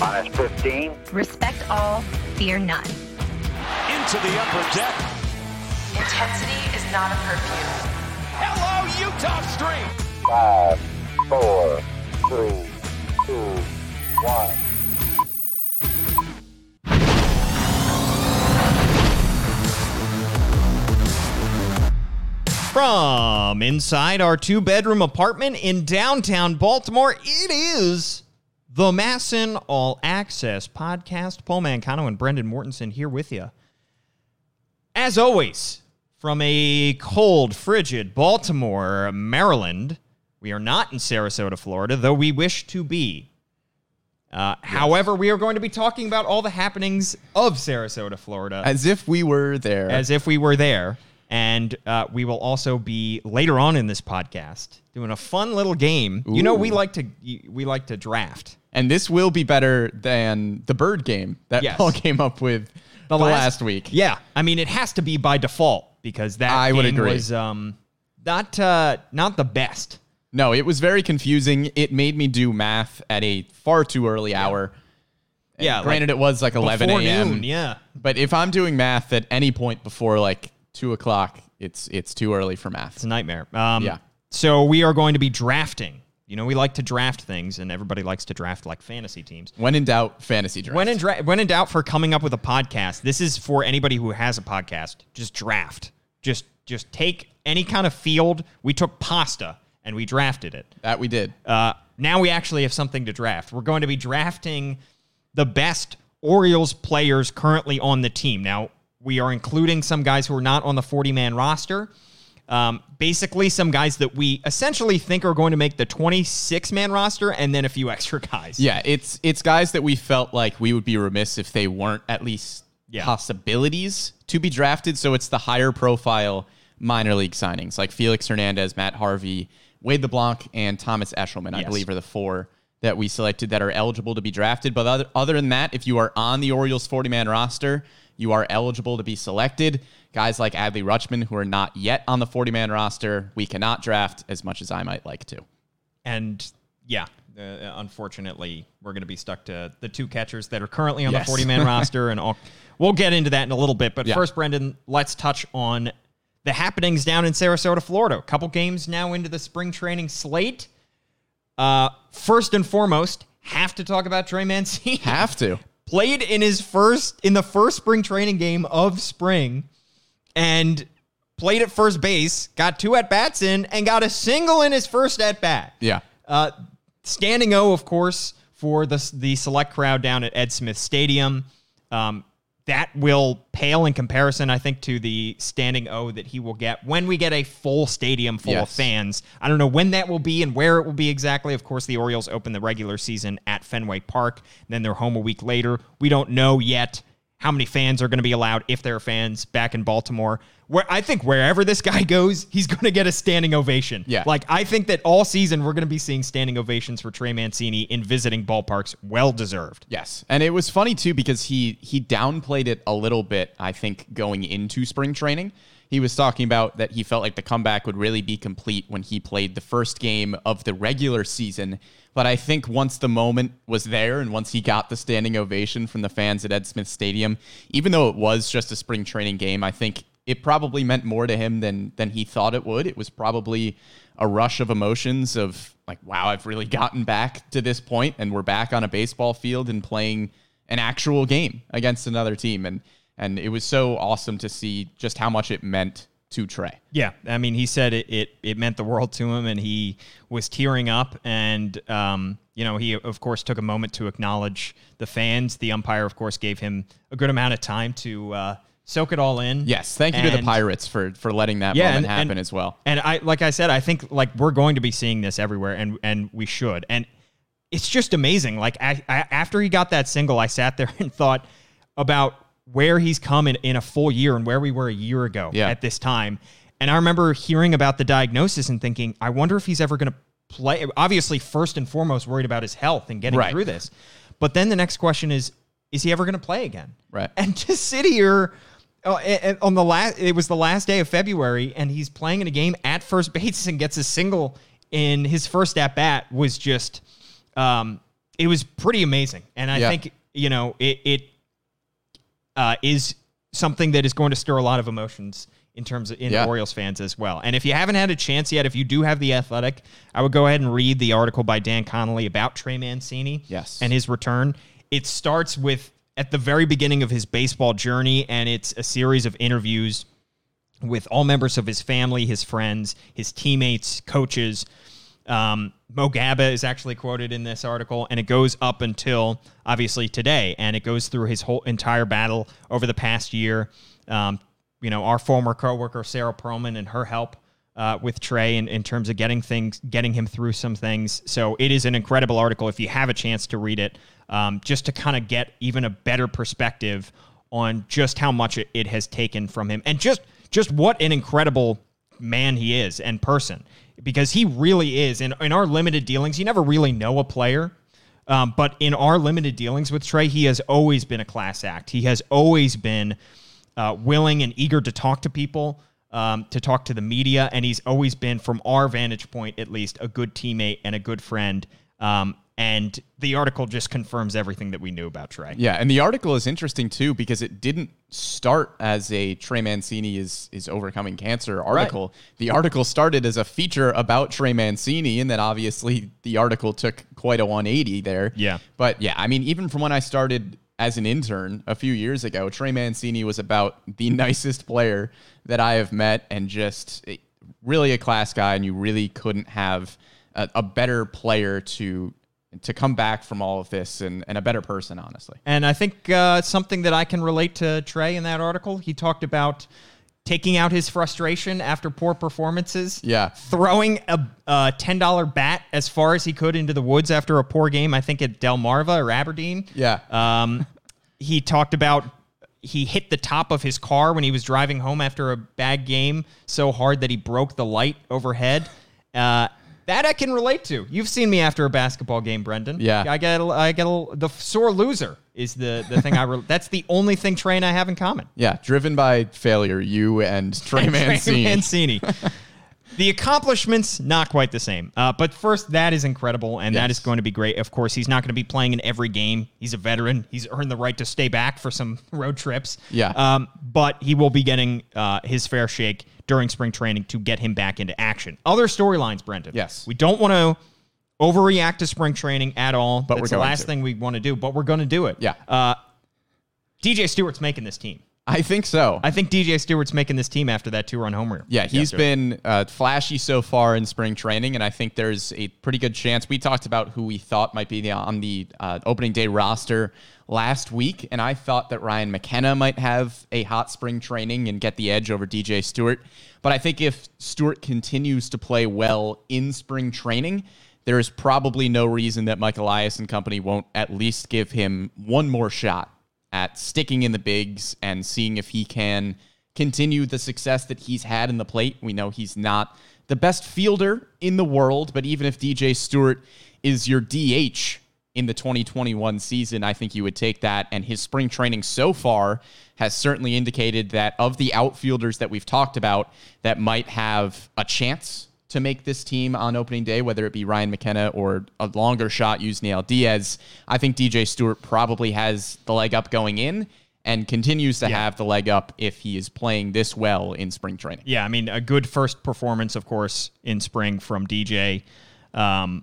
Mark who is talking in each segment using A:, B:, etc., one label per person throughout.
A: Minus 15.
B: Respect all, fear none.
C: Into the upper deck.
D: Intensity is not a perfume.
C: Hello, Utah Street.
A: 5, 4, 3, 2, 1.
E: From inside our two bedroom apartment in downtown Baltimore, it is the Masson All Access podcast. Paul Mancano and Brendan Mortensen here with you. As always, from a cold, frigid Baltimore, Maryland, we are not in Sarasota, Florida, though we wish to be. Uh, However, we are going to be talking about all the happenings of Sarasota, Florida
F: As if we were there.
E: as if we were there. And uh, we will also be later on in this podcast doing a fun little game. You know, we
F: Ooh.
E: like to we like to draft.
F: and this will be better than the bird game that
E: Yes.
F: Paul came up with the, last, week.
E: Yeah, I mean, it has to be by default because that
F: I would
E: game
F: agree.
E: was um, not uh, not the best.
F: No, it was very confusing. It made me do math at a far too early hour. And
E: Yeah, like
F: Granted, it was like 11
E: before
F: a.m.
E: noon, yeah.
F: But if I'm doing math at any point before like two o'clock, it's it's too early for math.
E: It's a nightmare. Um,
F: Yeah.
E: So we are going to be drafting. You know, we like to draft things, and everybody likes to draft like fantasy teams.
F: When in doubt, fantasy draft.
E: When in, dra- when in doubt for coming up with a podcast, this is for anybody who has a podcast. Just draft. Just just take any kind of field. We took pasta and we drafted it.
F: that we did.
E: Uh, now we actually have something to draft. We're going to be drafting the best Orioles players currently on the team. Now we are including some guys who are not on the 40 man roster. Um, basically, some guys that we essentially think are going to make the 26 man roster, and then a few extra guys.
F: Yeah, it's it's guys that we felt like we would be remiss if they weren't at least
E: Yeah.
F: possibilities to be drafted. So it's the higher profile minor league signings like Felix Hernandez, Matt Harvey, Wade LeBlanc, and Thomas Eshelman, I
E: Yes.
F: believe, are the four that we selected that are eligible to be drafted. But other, other than that, if you are on the Orioles 40 man roster, you are eligible to be selected. Guys like Adley Rutschman, who are not yet on the 40 man roster, we cannot draft as much as I might like to.
E: And yeah, uh, unfortunately, we're going to be stuck to the two catchers that are currently on
F: Yes.
E: the 40 man roster. And all, we'll get into that in a little bit. But
F: Yeah.
E: first, Brendan, let's touch on the happenings down in Sarasota, Florida. A couple games now into the spring training slate. Uh, first and foremost, have to talk about Trey Mancini.
F: Have to.
E: Played in his first in the first spring training game of spring, and played at first base. Got two at bats in, and got a single in his first at bat.
F: Yeah.
E: Uh, standing O, of course, for the the select crowd down at Ed Smith Stadium. Um, that will pale in comparison, I think, to the standing O that he will get when we get a full stadium full of
F: Yes.
E: fans. I don't know when that will be and where it will be exactly. Of course, the Orioles open the regular season at Fenway Park, then they're home a week later. We don't know yet how many fans are going to be allowed if there are fans back in Baltimore. Where I think wherever this guy goes, he's going to get a standing ovation.
F: Yeah.
E: Like I think that all season we're going to be seeing standing ovations for Trey Mancini in visiting ballparks, well deserved.
F: Yes, and it was funny too because he he downplayed it a little bit. I think going into spring training, he was talking about that he felt like the comeback would really be complete when he played the first game of the regular season. But I think once the moment was there and once he got the standing ovation from the fans at Ed Smith Stadium, even though it was just a spring training game, I think it probably meant more to him than than he thought it would. It was probably a rush of emotions of like, wow, I've really gotten back to this point, and we're back on a baseball field and playing an actual game against another team, and and it was so awesome to see just how much it meant to Trey.
E: Yeah, I mean, he said it, it it meant the world to him, and he was tearing up. And um, you know, he of course took a moment to acknowledge the fans. The umpire, of course, gave him a good amount of time to uh, soak it all in.
F: Yes, thank you to the
E: And-
F: Pirates for for letting that
E: Yeah,
F: moment
E: and-
F: happen
E: and-
F: as well.
E: And I, like I said, I think like we're going to be seeing this everywhere, and and we should. And it's just amazing. Like I, I, after he got that single, I sat there and thought about where he's come in, in a full year and where we were a year ago
F: Yeah.
E: at this time. And I remember hearing about the diagnosis and thinking, I wonder if he's ever going to play. Obviously, first and foremost, worried about his health and getting
F: Right.
E: through this. But then the next question is, is he ever going to play again?
F: Right.
E: And to sit here uh, a- a- on the last, it was the last day of February, and he's playing in a game at first base and gets a single in his first at bat was just, um, it was pretty amazing, and I
F: Yeah.
E: think you know it it uh, is something that is going to stir a lot of emotions in terms of in
F: Yeah.
E: Orioles fans as well. And if you haven't had a chance yet, if you do have the Athletic, I would go ahead and read the article by Dan Connolly about Trey Mancini,
F: Yes.
E: and his return. It starts with at the very beginning of his baseball journey, and it's a series of interviews with all members of his family, his friends, his teammates, coaches. Um, Mo Gabba is actually quoted in this article, and it goes up until obviously today, and it goes through his whole entire battle over the past year. Um, you know, our former coworker Sarah Perlman and her help uh, with Trey in, in terms of getting things, getting him through some things. So it is an incredible article if you have a chance to read it, um, just to kind of get even a better perspective on just how much it, it has taken from him, and just just what an incredible man he is and person because he really is. In in our limited dealings, you never really know a player. Um, but in our limited dealings with Trey, he has always been a class act. He has always been uh, willing and eager to talk to people, um, to talk to the media, and he's always been, from our vantage point at least, a good teammate and a good friend. Um, and the article just confirms everything that we knew about Trey.
F: Yeah, and the article is interesting too because it didn't start as a Trey Mancini is is overcoming cancer article. The article started as a feature about Trey Mancini, and then obviously the article took quite a 180 there.
E: Yeah.
F: But yeah, I mean, even from when I started as an intern a few years ago, Trey Mancini was about the nicest player that I have met and just eh, really a class guy. And you really couldn't have a, a better player to to come back from all of this and, and a better person, honestly.
E: And I think uh, something that I can relate to Trey in that article, he talked about taking out his frustration after poor performances.
F: Yeah.
E: Throwing a, a $10 bat as far as he could into the woods after a poor game, I think at Delmarva or Aberdeen.
F: Yeah.
E: Um, he talked about he hit the top of his car when he was driving home after a bad game so hard that he broke the light overhead. Uh, that I can relate to. You've seen me after a basketball game, Brendan.
F: Yeah.
E: I get, a- I get a- the sore loser is the the thing I. Re- that's the only thing Trey and I have in common.
F: yeah. Driven by failure, you and Trey
E: Trey
F: Mancini.
E: Mancini. the accomplishments not quite the same, uh, but first that is incredible, and that
F: Yes.
E: is going to be great. Of course, he's not going to be playing in every game. He's a veteran. He's earned the right to stay back for some road trips.
F: Yeah.
E: um, but he will be getting uh, his fair shake during spring training to get him back into action. Other storylines, Brendan.
F: Yes.
E: we don't want to. Overreact to spring training at all, but
F: we're
E: That's the
F: going
E: last
F: to.
E: thing we want to do. But we're going to do it.
F: Yeah.
E: Uh, DJ Stewart's making this team.
F: I think so.
E: I think DJ Stewart's making this team after that two-run homer.
F: Yeah, he's
E: yesterday.
F: been uh, flashy so far in spring training, and I think there's a pretty good chance. We talked about who we thought might be the- on the uh, opening day roster last week, and I thought that Ryan McKenna might have a hot spring training and get the edge over DJ Stewart. But I think if Stewart continues to play well in spring training, there is probably no reason that Michael Elias and company won't at least give him one more shot at sticking in the bigs and seeing if he can continue the success that he's had in the plate. We know he's not the best fielder in the world, but even if DJ Stewart is your DH in the 2021 season, I think you would take that. And his spring training so far has certainly indicated that of the outfielders that we've talked about that might have a chance to make this team on opening day, whether it be Ryan McKenna or a longer shot, use Neil Diaz. I think DJ Stewart probably has the leg up going in and continues to have the leg up if he is playing this well in spring training.
E: yeah, I mean, a good first performance, of course, in spring from DJ, um,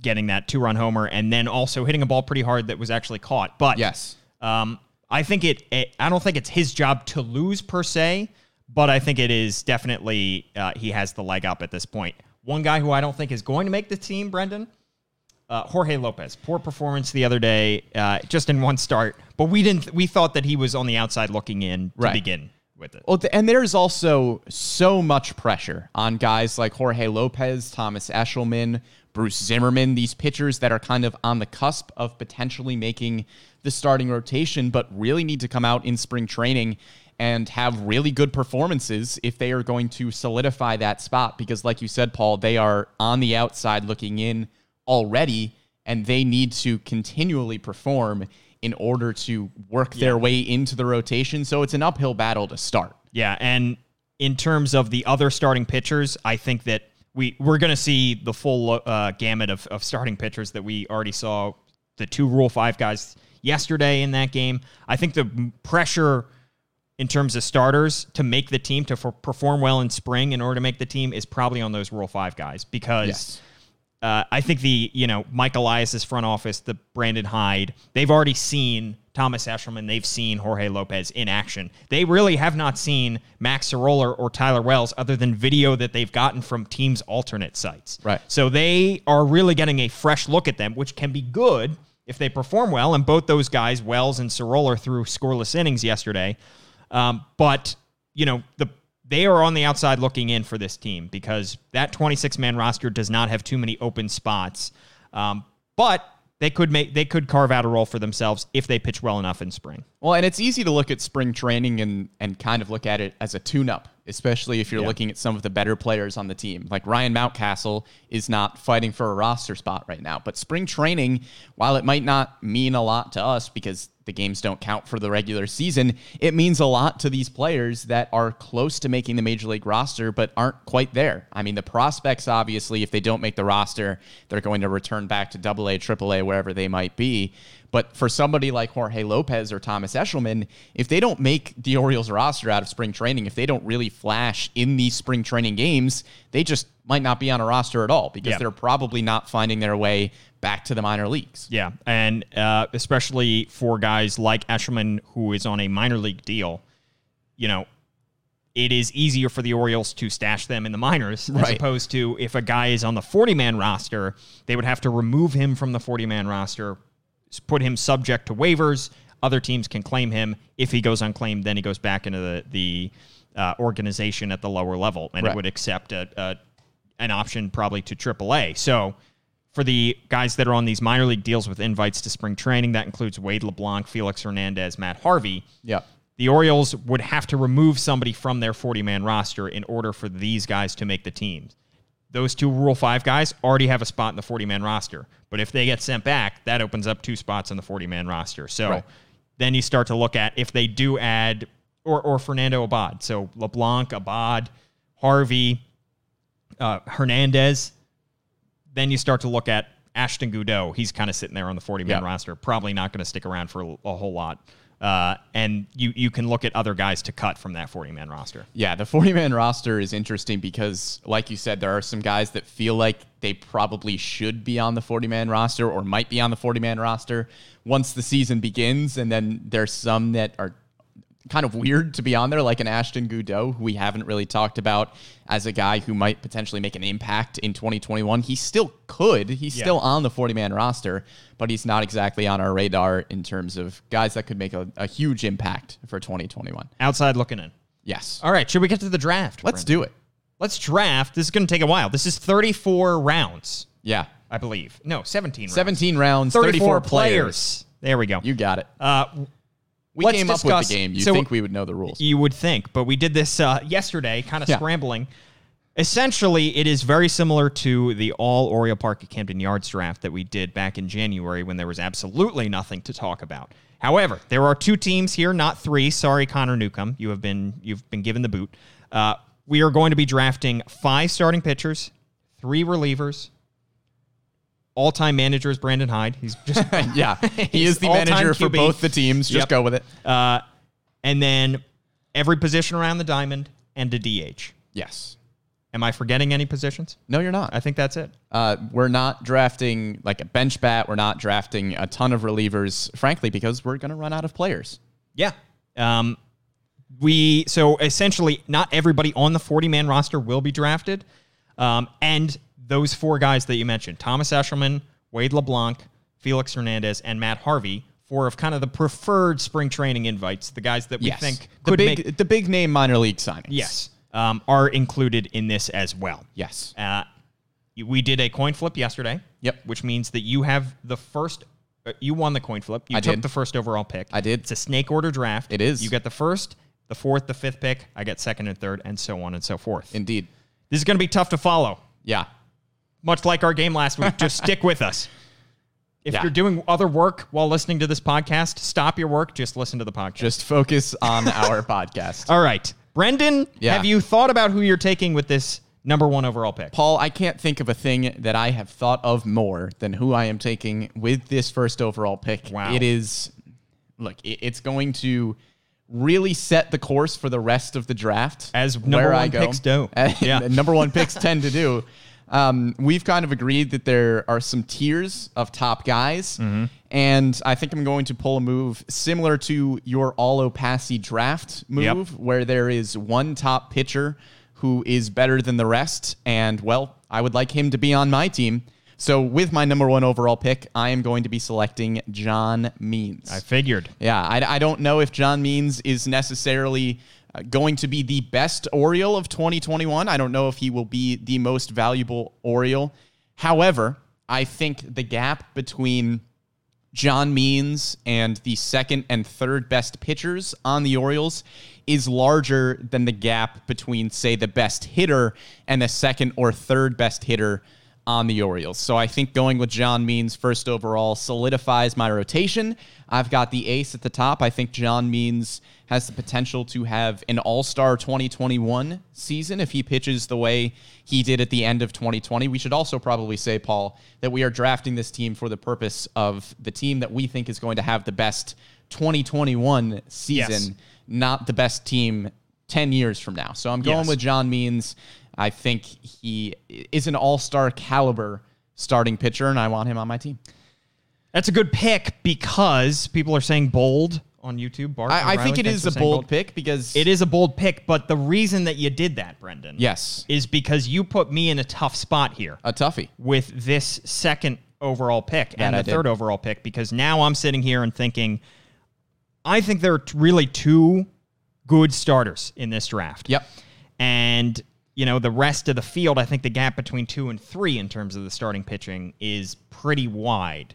E: getting that two-run homer, and then also hitting a ball pretty hard that was actually caught. But
F: Yes.
E: um, I think it, it. I don't think it's his job to lose per se, but I think it is definitely uh, he has the leg up at this point. One guy who I don't think is going to make the team, Brendan, uh, Jorge Lopez. Poor performance the other day, uh, just in one start. But we didn't. We thought that he was on the outside looking in to
F: Right.
E: begin with it.
F: Well, th- and there's also so much pressure on guys like Jorge Lopez, Thomas Eshelman, Bruce Zimmerman, these pitchers that are kind of on the cusp of potentially making the starting rotation, but really need to come out in spring training and have really good performances if they are going to solidify that spot. Because, like you said, Paul, they are on the outside looking in already, and they need to continually perform in order to work their way into the rotation. So it's an uphill battle to start.
E: Yeah, and in terms of the other starting pitchers, I think that we we're going to see the full uh, gamut of, of starting pitchers that we already saw the two Rule 5 guys yesterday in that game. I think the m- pressure in terms of starters to make the team to for- perform well in spring in order to make the team is probably on those Rule 5 guys because
F: Yes.
E: uh, I think the you know Mike Elias's front office, the Brandon Hyde, they've already seen Thomas Eshelman, they've seen Jorge Lopez in action. They really have not seen Max Soroller or Tyler Wells other than video that they've gotten from teams' alternate sites.
F: Right.
E: So they are really getting a fresh look at them, which can be good if they perform well. And both those guys, Wells and Soroller, threw scoreless innings yesterday. Um, but you know the they are on the outside looking in for this team because that 26 man roster does not have too many open spots. Um, but they could make they could carve out a role for themselves if they pitch well enough in spring.
F: Well, and it's easy to look at spring training and, and kind of look at it as a tune up, especially if you're
E: Yeah.
F: looking at some of the better players on the team. Like Ryan Mountcastle is not fighting for a roster spot right now. But spring training, while it might not mean a lot to us because the games don't count for the regular season, it means a lot to these players that are close to making the major league roster but aren't quite there. I mean, the prospects, obviously, if they don't make the roster, they're going to return back to double A, triple A, wherever they might be. But for somebody like Jorge Lopez or Thomas Eshelman, if they don't make the Orioles roster out of spring training, if they don't really flash in these spring training games, they just might not be on a roster at all because
E: Yeah.
F: they're probably not finding their way back to the minor leagues.
E: Yeah, and uh, especially for guys like Eshelman, who is on a minor league deal, you know, it is easier for the Orioles to stash them in the minors as
F: Right.
E: opposed to if a guy is on the 40 man roster, they would have to remove him from the 40 man roster, s- put him subject to waivers. Other teams can claim him. If he goes unclaimed, then he goes back into the, the uh, organization at the lower level and
F: Right.
E: it would accept a, a, an option probably to AAA. So for the guys that are on these minor league deals with invites to spring training, that includes Wade LeBlanc, Felix Hernandez, Matt Harvey
F: Yeah.
E: the Orioles would have to remove somebody from their 40 man roster in order for these guys to make the team. Those two Rule 5 guys already have a spot in the 40 man roster. But if they get sent back, that opens up two spots on the 40 man roster. So
F: Right.
E: then you start to look at if they do add, or, or Fernando Abad. So LeBlanc, Abad, Harvey, uh, Hernandez. Then you start to look at Ashton Goudreau. He's kind of sitting there on the 40 man
F: Yeah.
E: roster, probably not going to stick around for a, a whole lot. Uh, and you, you can look at other guys to cut from that 40 man roster.
F: Yeah, the 40 man roster is interesting because, like you said, there are some guys that feel like they probably should be on the 40 man roster or might be on the 40 man roster once the season begins. And then there's some that are kind of weird to be on there, like an Ashton Goudreau, who we haven't really talked about as a guy who might potentially make an impact in 2021. He still could. He's
E: Yeah.
F: still on the 40 man roster, but he's not exactly on our radar in terms of guys that could make a, a huge impact for 2021.
E: Outside looking in.
F: Yes.
E: All right, should we get to the draft?
F: Let's
E: Brendan?
F: do it.
E: Let's draft. This is going to take a while. This is 34 rounds,
F: Yeah.
E: I believe. No, 17 rounds.
F: 17 rounds, 34, players.
E: There we go.
F: You got it.
E: uh,
F: we
E: let's
F: came up
E: discuss-
F: with the game. You
E: so-
F: think we would know the rules.
E: You would think, but we did this uh, yesterday, kind of
F: Yeah.
E: scrambling. Essentially, it is very similar to the all Oriole Park at Camden Yards draft that we did back in January when there was absolutely nothing to talk about. However, there are two teams here, not three. Sorry, Connor Newcomb, you have been you've been given the boot. Uh, we are going to be drafting five starting pitchers, three relievers, all-time manager is Brandon Hyde. He's just
F: yeah. He is the
E: All-time
F: manager for
E: QB.
F: both the teams. Just
E: Yep.
F: go with it.
E: uh, and then every position around the diamond and a DH.
F: yes.
E: Am I forgetting any positions?
F: No, you're not.
E: I think that's it.
F: Uh, we're not drafting like a bench bat. We're not drafting a ton of relievers, frankly, because we're going to run out of players.
E: Yeah. Um, we so essentially not everybody on the 40 man roster will be drafted. Um, and those four guys that you mentioned, Thomas Eshelman, Wade LeBlanc, Felix Hernandez, and Matt Harvey, four of kind of the preferred spring training invites, the guys that we
F: yes.
E: think
F: the
E: could
F: big,
E: make
F: the big name minor league signings.
E: yes, um, are included in this as well.
F: Yes.
E: Uh, we did a coin flip yesterday.
F: Yep.
E: Which means that you have the first. Uh, you won the coin flip. You
F: I
E: took
F: did.
E: the first overall pick.
F: I did.
E: It's a snake order draft.
F: It is.
E: You get the first, the fourth, the fifth pick. I get second and third, and so on and so forth.
F: Indeed.
E: this is going to be tough to follow.
F: Yeah.
E: Much like our game last week, just stick with us. If
F: Yeah.
E: you're doing other work while listening to this podcast, stop your work. Just listen to the podcast.
F: Just focus on our podcast.
E: All right, Brendan,
F: Yeah.
E: have you thought about who you're taking with this number one overall pick.
F: Paul, I can't think of a thing that I have thought of more than who I am taking with this first overall pick.
E: Wow.
F: It is, look, it- it's going to really set the course for the rest of the draft.
E: As number
F: where I
E: one
F: go.
E: picks do. Yeah.
F: yeah. number one picks tend to do. Um, we've kind of agreed that there are some tiers of top guys.
E: Mm-hmm.
F: And I think I'm going to pull a move similar to your all Opasi draft
E: Yep.
F: move, where there is one top pitcher who is better than the rest. And, well, I would like him to be on my team. So, with my number one overall pick, I am going to be selecting John Means.
E: I figured.
F: Yeah, I, I don't know if John Means is necessarily uh, going to be the best Oriole of 2021. I don't know if he will be the most valuable Oriole. However, I think the gap between John Means and the second and third best pitchers on the Orioles is larger than the gap between, say, the best hitter and the second or third best hitter on the Orioles. So I think going with John Means first overall solidifies my rotation. I've got the ace at the top. I think John Means has the potential to have an all star 2021 season if he pitches the way he did at the end of 2020. We should also probably say, Paul, that we are drafting this team for the purpose of the team that we think is going to have the best 2021 season,
E: Yes.
F: not the best team 10 years from now. So I'm going
E: Yes.
F: with John Means. I think he is an all star caliber starting pitcher, and I want him on my team.
E: That's a good pick because people are saying bold on YouTube. Bart
F: I, I
E: O'Reilly,
F: think it
E: thanks
F: is
E: for
F: a
E: saying
F: bold pick because
E: It is a bold pick, but the reason that you did that, Brendan,
F: Yes.
E: is because you put me in a tough spot here
F: a toughie.
E: with this second overall pick and
F: That I
E: the
F: did.
E: third overall pick because now I'm sitting here and thinking, I think there are t- really two good starters in this draft.
F: Yep.
E: And, you know, the rest of the field, I think the gap between two and three in terms of the starting pitching is pretty wide.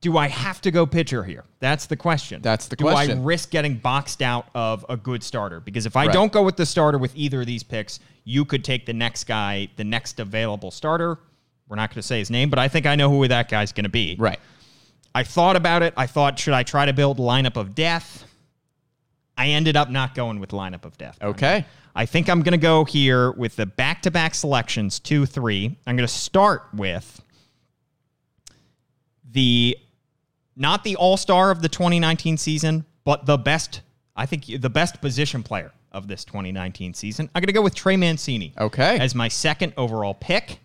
E: Do I have to go pitcher here? That's the question.
F: That's the
E: Do Do I
F: question.
E: risk getting boxed out of a good starter? Because if I
F: Right.
E: don't go with the starter with either of these picks, you could take the next guy, the next available starter. We're not going to say his name, but I think I know who that guy's going to be.
F: Right.
E: I thought about it. I thought, should I try to build lineup of death? I ended up not going with lineup of death.
F: Okay.
E: I think I'm going to go here with the back to back selections, two, three. I'm going to start with the not the all star of the 2019 season, but the best, I think, the best position player of this 2019 season. I'm going to go with Trey Mancini
F: Okay.
E: as my second overall pick.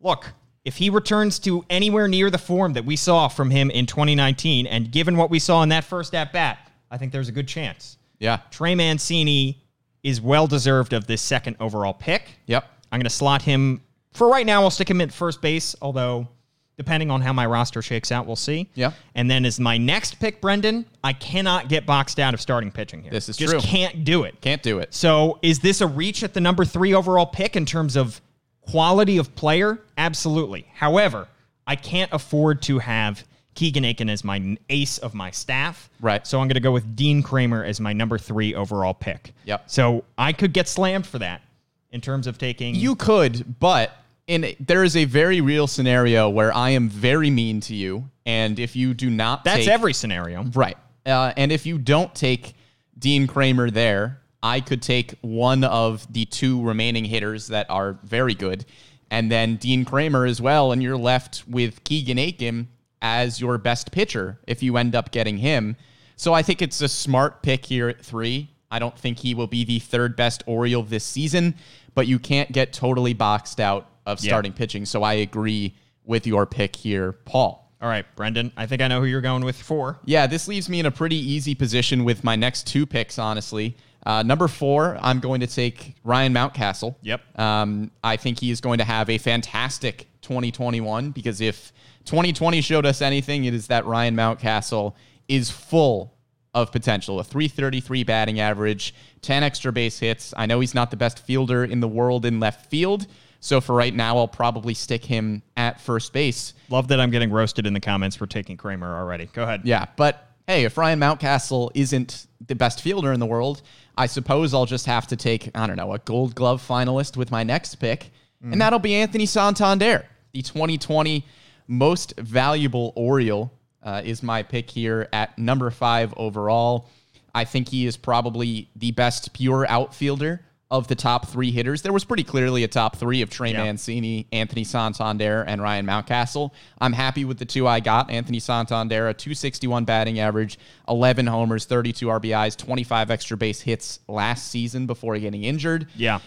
E: Look, if he returns to anywhere near the form that we saw from him in 2019, and given what we saw in that first at bat, I think there's a good chance.
F: yeah.
E: Trey Mancini is well deserved of this second overall pick.
F: Yep.
E: I'm going to slot him for right now. I'll stick him at first base, although depending on how my roster shakes out, we'll see.
F: Yeah.
E: And then as my next pick, Brendan, I cannot get boxed out of starting pitching here.
F: This is
E: Just
F: true.
E: can't do it.
F: Can't do it.
E: So is this a reach at the number three overall pick in terms of quality of player? Absolutely. However, I can't afford to have Keegan Aiken as my ace of my staff.
F: Right.
E: So I'm going to go with Dean Kramer as my number three overall pick.
F: Yep.
E: So I could get slammed for that in terms of taking
F: You could, but in there is a very real scenario where I am very mean to you, and if you do not,
E: That's
F: take-
E: every scenario.
F: right. Uh, and if you don't take Dean Kramer there, I could take one of the two remaining hitters that are very good, and then Dean Kramer as well, and you're left with Keegan Aiken as your best pitcher if you end up getting him. So I think it's a smart pick here at three. I don't think he will be the third best Oriole this season, but you can't get totally boxed out of
E: Yeah.
F: starting pitching. So I agree with your pick here, Paul.
E: All right, Brendan. I think I know who you're going with for.
F: Yeah, this leaves me in a pretty easy position with my next two picks, honestly. Uh, number four, I'm going to take Ryan Mountcastle.
E: Yep.
F: Um, I think he is going to have a fantastic 2021 because if 2020 showed us anything, it is that Ryan Mountcastle is full of potential. A 333 batting average, 10 extra base hits. I know he's not the best fielder in the world in left field. So for right now, I'll probably stick him at first base.
E: Love that I'm getting roasted in the comments for taking Kramer already. Go ahead.
F: Yeah, but hey, if Ryan Mountcastle isn't the best fielder in the world, I suppose I'll just have to take, I don't know, a gold glove finalist with my next pick, and that'll be Anthony Santander, the 2020 most valuable Oriole. Uh, is my pick here at number five overall. I think he is probably the best pure outfielder of the top three hitters. There was pretty clearly a top three of Trey
E: Yeah.
F: Mancini, Anthony Santander, and Ryan Mountcastle. I'm happy with the two I got. Anthony Santander, a 261 batting average, 11 homers, 32 RBIs, 25 extra base hits last season before getting injured.
E: Yeah.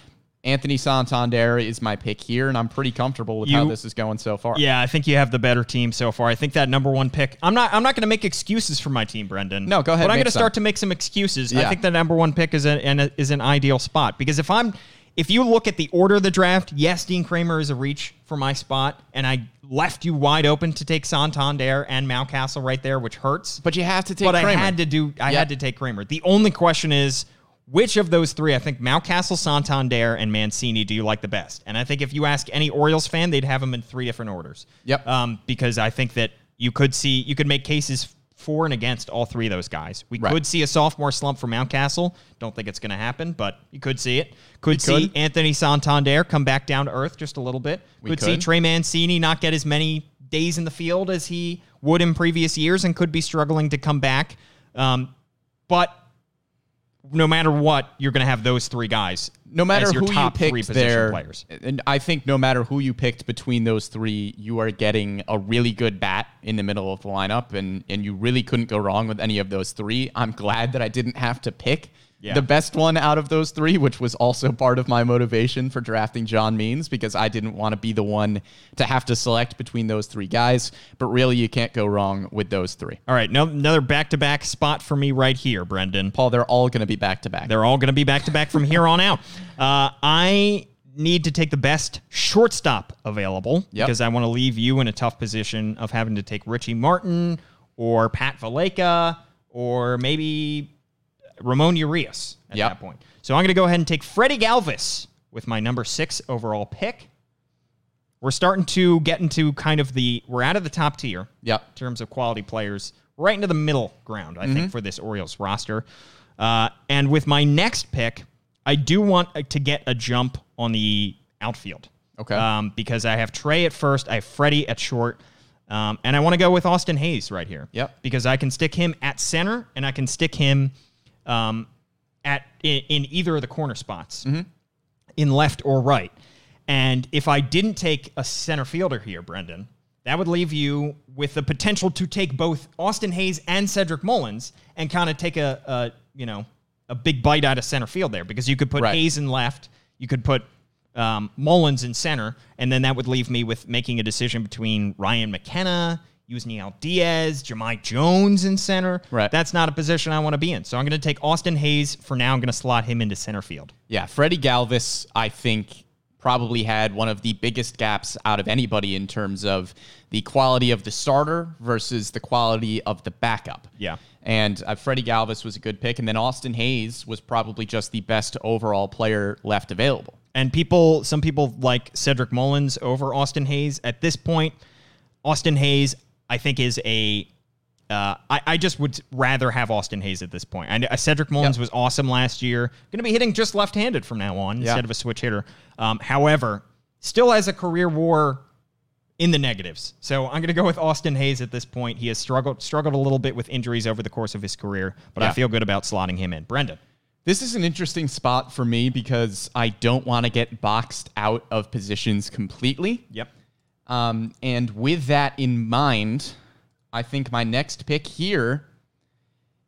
F: Anthony Santander is my pick here, and I'm pretty comfortable with
E: You-
F: how this is going so far.
E: Yeah, I think you have the better team so far. I think that number one pick. I'm not. I'm not going to make excuses for my team, Brendan.
F: No, go ahead,
E: But I'm
F: make
E: going to start
F: some.
E: to make some excuses. I
F: Yeah.
E: think the number one pick is an, an is an ideal spot because if I'm if you look at the order of the draft, yes, Dean Kramer is a reach for my spot, and I left you wide open to take Santander and Mountcastle right there, which hurts.
F: But you have to take
E: but
F: Kramer.
E: I had to do. I
F: Yeah.
E: had to take Kramer. The only question is. Which of those three, I think Mountcastle, Santander, and Mancini, do you like the best? And I think if you ask any Orioles fan, they'd have them in three different orders.
F: Yep.
E: Um, because I think that you could see, you could make cases for and against all three of those guys. We
F: Right.
E: could see a sophomore slump for Mountcastle. Don't think it's going to happen, but you could see it. Could see
F: could.
E: Anthony Santander come back down to earth just a little bit.
F: We
E: could see
F: could.
E: Trey. Trey Mancini not get as many days in the field as he would in previous years and could be struggling to come back. Um, but no matter what, you're going to have those three guys.
F: no matter
E: as your
F: who
E: top
F: you
E: three
F: picked
E: position
F: there,
E: players.
F: and I think no matter who you picked between those three, you are getting a really good bat in the middle of the lineup, and and you really couldn't go wrong with any of those three. I'm glad that I didn't have to pick
E: Yeah.
F: the best one out of those three, which was also part of my motivation for drafting John Means because I didn't want to be the one to have to select between those three guys. But really, you can't go wrong with those three.
E: All right, no, another back to back spot for me right here, Brendan.
F: Paul, they're all going to be back to back.
E: They're all going to be back to back from here on out. Uh, I need to take the best shortstop available
F: Yep.
E: because I want to leave you in a tough position of having to take Richie Martin or Pat Valleca or maybe Ramon Urias at
F: Yep.
E: that point. So I'm going to go ahead and take Freddie Galvis with my number six overall pick. We're starting to get into kind of the we're out of the top tier
F: Yep.
E: in terms of quality players, right into the middle ground, I
F: Mm-hmm.
E: think, for this Orioles roster. Uh, and with my next pick, I do want uh, to get a jump on the outfield.
F: Okay.
E: Um, because I have Trey at first, I have Freddie at short, um, and I want to go with Austin Hayes right here.
F: Yep.
E: Because I can stick him at center and I can stick him um, at in, in either of the corner spots in left or right. And if I didn't take a center fielder here, Brendan, that would leave you with the potential to take both Austin Hayes and Cedric Mullins and kind of take a, a you know a big bite out of center field there because you could put
F: Right.
E: Hayes in left, you could put um, Mullins in center, and then that would leave me with making a decision between Ryan McKenna, Yusniel Diaz, Jemai Jones in center.
F: Right.
E: That's not a position I want to be in. So I'm going to take Austin Hayes for now. I'm going to slot him into center field.
F: Yeah, Freddie Galvis, I think, probably had one of the biggest gaps out of anybody in terms of the quality of the starter versus the quality of the backup.
E: Yeah.
F: And uh, Freddie Galvis was a good pick. And then Austin Hayes was probably just the best overall player left available.
E: And people, some people like Cedric Mullins over Austin Hayes. At this point, Austin Hayes, I think, is a. Uh, I, I just would rather have Austin Hayes at this point. And uh, Cedric Mullins
F: Yep.
E: was awesome last year. Going to be hitting just left-handed from now on instead of a switch hitter. Um, however, still has a career WAR in the negatives. So I'm going to go with Austin Hayes at this point. He has struggled struggled a little bit with injuries over the course of his career, but I
F: Yeah.
E: feel good about slotting him in. Brendan.
F: This is an interesting spot for me because I don't want to get boxed out of positions completely.
E: Yep.
F: Um, and with that in mind, I think my next pick here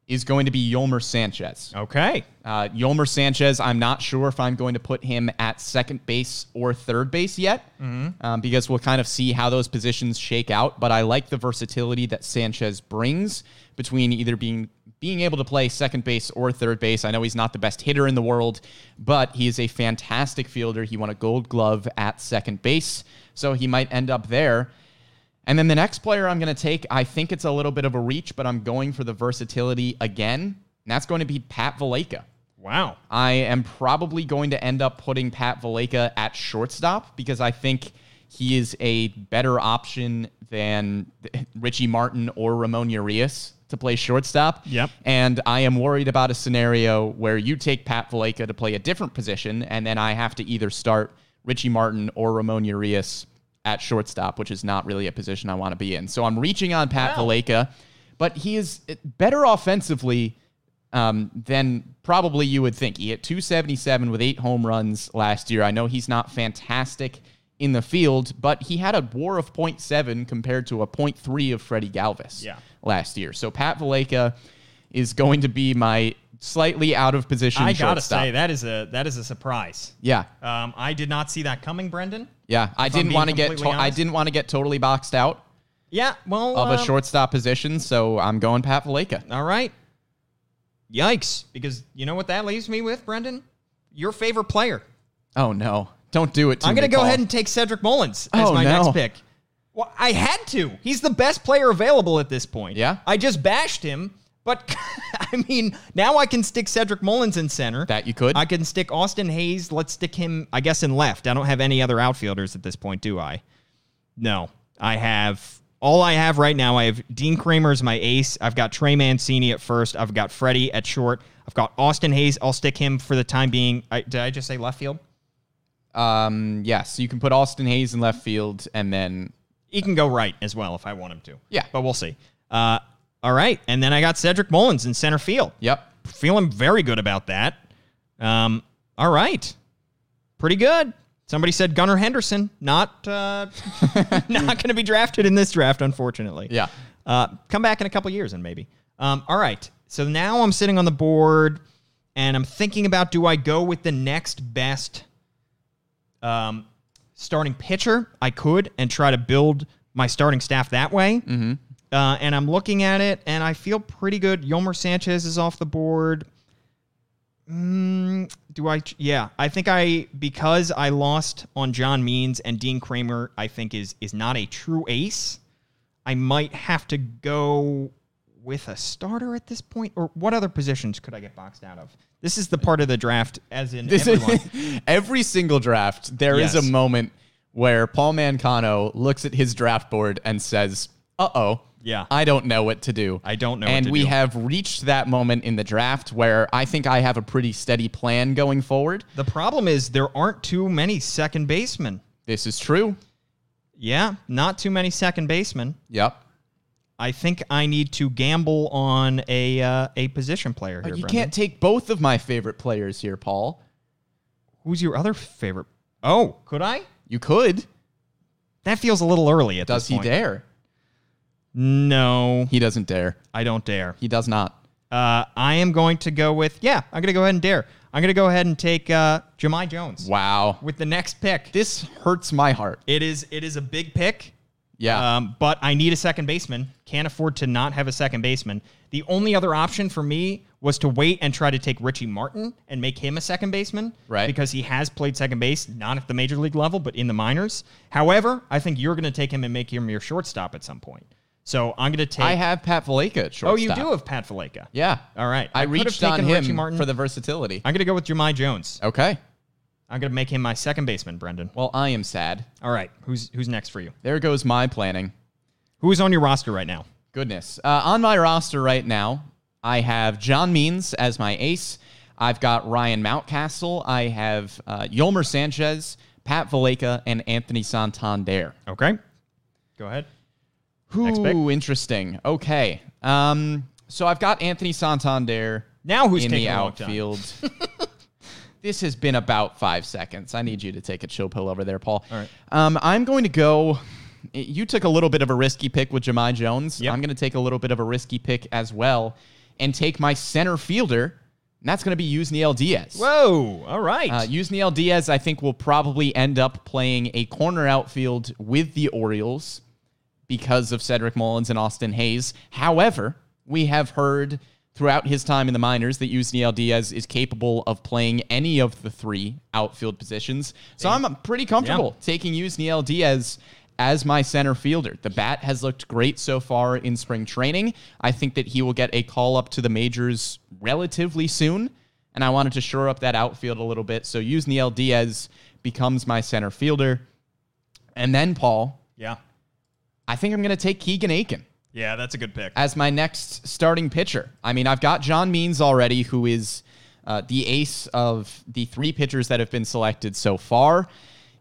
F: is going to be Yolmer Sanchez.
E: Okay.
F: Uh, Yolmer Sanchez, I'm not sure if I'm going to put him at second base or third base yet, um, because we'll kind of see how those positions shake out. But I like the versatility that Sanchez brings between either being being able to play second base or third base. I know he's not the best hitter in the world, but he is a fantastic fielder. He won a Gold Glove at second base, so he might end up there. And then the next player I'm going to take, I think it's a little bit of a reach, but I'm going for the versatility again, and that's going to be Pat Valleca.
E: Wow.
F: I am probably going to end up putting Pat Valleca at shortstop because I think he is a better option than Richie Martin or Ramon Urias to play shortstop.
E: Yep.
F: And I am worried about a scenario where you take Pat Valleca to play a different position, and then I have to either start Richie Martin or Ramon Urias at shortstop, which is not really a position I want to be in. So I'm reaching on Pat Valleca, but he is better offensively uh, um, then probably you would think. He hit 277 with eight home runs last year. I know he's not fantastic in the field, but he had a war of 0.7 compared to a 0.3 of Freddie Galvis
E: Yeah.
F: last year. So Pat Valleca is going to be my slightly out of position
E: I gotta
F: shortstop.
E: say that is a that is a surprise.
F: Yeah.
E: Um, I did not see that coming, Brendan.
F: Yeah, I
E: If I'm
F: didn't
E: being
F: want to get
E: completely
F: to- I
E: honest.
F: didn't want to get totally boxed out
E: Yeah, well,
F: of a
E: um,
F: shortstop position, so I'm going Pat Valleca.
E: All right. Yikes! Because you know what that leaves me with, Brendan? Your favorite player.
F: Oh no. Don't do it to
E: I'm
F: going to
E: go ahead and take Cedric Mullins as
F: Oh,
E: my
F: no.
E: next pick. Well, I had to. He's the best player available at this point.
F: Yeah?
E: I just bashed him, but I mean, now I can stick Cedric Mullins in center.
F: That you could.
E: I can stick Austin Hayes. Let's stick him, I guess, in left. I don't have any other outfielders at this point, do I? No. I have all I have right now. I have Dean Kramer as my ace. I've got Trey Mancini at first. I've got Freddie at short. I've got Austin Hayes. I'll stick him for the time being. I, did I just say left field?
F: Um, yes, you can put Austin Hayes in left field, and then
E: he can go right as well if I want him to.
F: Yeah.
E: But we'll see. Uh, all right. And then I got Cedric Mullins in center field.
F: yep,
E: Feeling very good about that. Um, all right. Pretty good. Somebody said Gunnar Henderson, not uh, not going to be drafted in this draft, unfortunately.
F: Yeah.
E: Uh, come back in a couple years and maybe. Um, all right. So now I'm sitting on the board and I'm thinking about do I go with the next best um, starting pitcher I could and try to build my starting staff that way. Mm-hmm. Uh, and I'm looking at it and I feel pretty good. Yomer Sanchez is off the board. Mm, do I? ch- Yeah, I think I because I lost on John Means and Dean Kramer. I think is is not a true ace. I might have to go with a starter at this point. Or what other positions could I get boxed out of? This is the part of the draft, as in
F: this
E: everyone.
F: is every single draft. There is
E: Yes.
F: a moment where Paul Mancano looks at his draft board and says, "Uh oh,
E: Yeah.
F: I don't know what to do.
E: I don't know what
F: And
E: to
F: we
E: do.
F: have reached that moment in the draft where I think I have a pretty steady plan going forward.
E: The problem is there aren't too many second basemen.
F: This is true.
E: Yeah, not too many second basemen.
F: Yep.
E: I think I need to gamble on a uh, a position player here.
F: But you
E: Brendan.
F: can't take both of my favorite players here, Paul.
E: Who's your other favorite? Oh, could I?
F: You could.
E: That feels a little early at
F: Does
E: this
F: he
E: point.
F: dare?
E: No,
F: He doesn't dare.
E: I don't dare.
F: He does not.
E: Uh, I am going to go with yeah. I'm going to go ahead and dare. I'm going to go ahead and take uh, Jemai Jones
F: Wow.
E: with the next pick.
F: This hurts my heart.
E: It is it is a big pick.
F: Yeah.
E: Um, but I need a second baseman. Can't afford to not have a second baseman. The only other option for me was to wait and try to take Richie Martin and make him a second baseman.
F: Right.
E: Because he has played second base, not at the major league level, but in the minors. However, I think you're going to take him and make him your shortstop at some point. So I'm going to take.
F: I have Pat Valleca at shortstop.
E: oh, you do have Pat Faleka.
F: Yeah.
E: All right.
F: I,
E: I could've
F: reached on
E: taken
F: him
E: Richie Martin.
F: for the versatility.
E: I'm going to go with Jemai Jones.
F: Okay.
E: I'm going to make him my second baseman, Brendan.
F: Well, I am sad.
E: All right. Who's who's next for you?
F: There goes my planning.
E: Who's on your roster right now?
F: Goodness. Uh, on my roster right now, I have John Means as my ace. I've got Ryan Mountcastle. I have uh, Yomer Sanchez, Pat Valleca, and Anthony Santander.
E: Okay. Go ahead. Next pick.
F: Ooh, interesting. Okay. Um, so I've got Anthony Santander
E: Now who's
F: in
E: taking
F: the
E: a long time?
F: outfield. this has been about five seconds. I need you to take a chill pill over there, Paul.
E: All right.
F: Um, I'm going to go. You took a little bit of a risky pick with Jemai Jones.
E: Yep.
F: I'm going to take a little bit of a risky pick as well and take my center fielder, and that's going to be Yusniel Diaz.
E: Whoa! All right.
F: Uh, Yusniel Diaz, I think, will probably end up playing a corner outfield with the Orioles because of Cedric Mullins and Austin Hayes. However, we have heard throughout his time in the minors that Yusniel Diaz is capable of playing any of the three outfield positions. So I'm pretty comfortable taking Yusniel Diaz as my center fielder. The bat has looked great so far in spring training. I think that he will get a call up to the majors relatively soon. And I wanted to shore up that outfield a little bit. So Yusniel Diaz becomes my center fielder. And then, Paul,
E: yeah.
F: I think I'm going to take Keegan Aiken
E: Yeah, that's a good pick.
F: as my next starting pitcher. I mean, I've got John Means already, who is uh, the ace of the three pitchers that have been selected so far.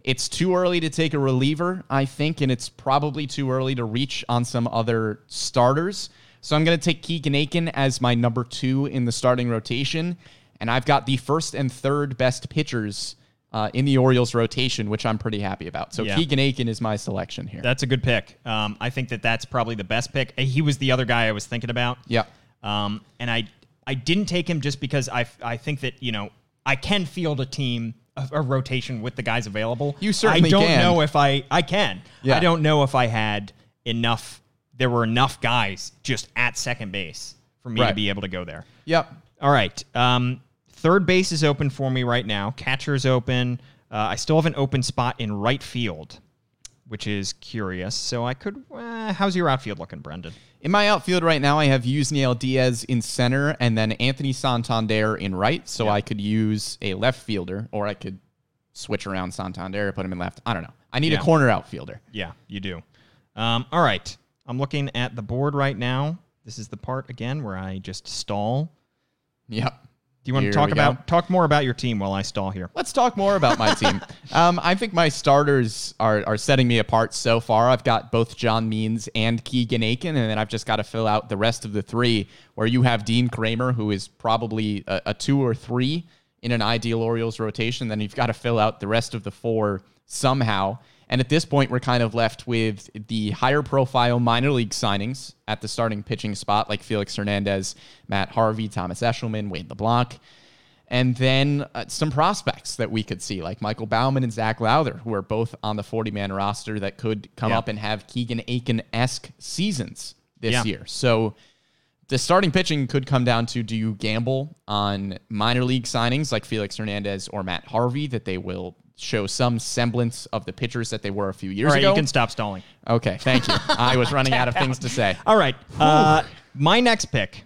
F: It's too early to take a reliever, I think, and it's probably too early to reach on some other starters. So I'm going to take Keegan Aiken as my number two in the starting rotation. And I've got the first and third best pitchers uh, in the Orioles rotation, which I'm pretty happy about. So
E: Yeah.
F: Keegan Aiken is my selection here.
E: That's a good pick. Um, I think that that's probably the best pick. Uh, He was the other guy I was thinking about.
F: Yeah.
E: Um, and I I didn't take him just because I I think that you know I can field a team a, a rotation with the guys available.
F: You certainly
E: I don't
F: can.
E: know if I I can.
F: Yeah.
E: I don't know if I had enough. There were enough guys just at second base for me to
F: Right.
E: be able to go there.
F: yep.
E: All right. Um, third base is open for me right now. Catcher's open. Uh, I still have an open spot in right field, which is curious. So I could. Uh, how's your outfield looking, Brendan?
F: In my outfield right now, I have Yusniel Diaz in center and then Anthony Santander in right. So I could use a left fielder or I could switch around Santander, put him in left. I don't know. I need
E: Yeah.
F: a corner outfielder.
E: Yeah, you do. Um, all right. I'm looking at the board right now. This is the part again where I just stall.
F: Yep.
E: Do you want
F: Here
E: to talk
F: we go.
E: about talk more about your team while I stall here?
F: Let's talk more about my team. um, I think my starters are, are setting me apart so far. I've got both John Means and Keegan Aiken, and then I've just got to fill out the rest of the three, where you have Dean Kramer, who is probably a, a two or three in an ideal Orioles rotation. Then you've got to fill out the rest of the four somehow. And at this point, we're kind of left with the higher profile minor league signings at the starting pitching spot, like Felix Hernandez, Matt Harvey, Thomas Eshelman, Wade LeBlanc and then uh, some prospects that we could see, like Michael Bauman and Zach Lowther, who are both on the 40 man roster that could come
E: Yeah.
F: up and have Keegan Aiken esque seasons this
E: Yeah.
F: year. So the starting pitching could come down to do you gamble on minor league signings like Felix Hernandez or Matt Harvey that they will show some semblance of the pitchers that they were a few years
E: All right,
F: ago?
E: you can stop stalling.
F: okay, thank you. I was running out of things to say.
E: All right. Uh, my next pick,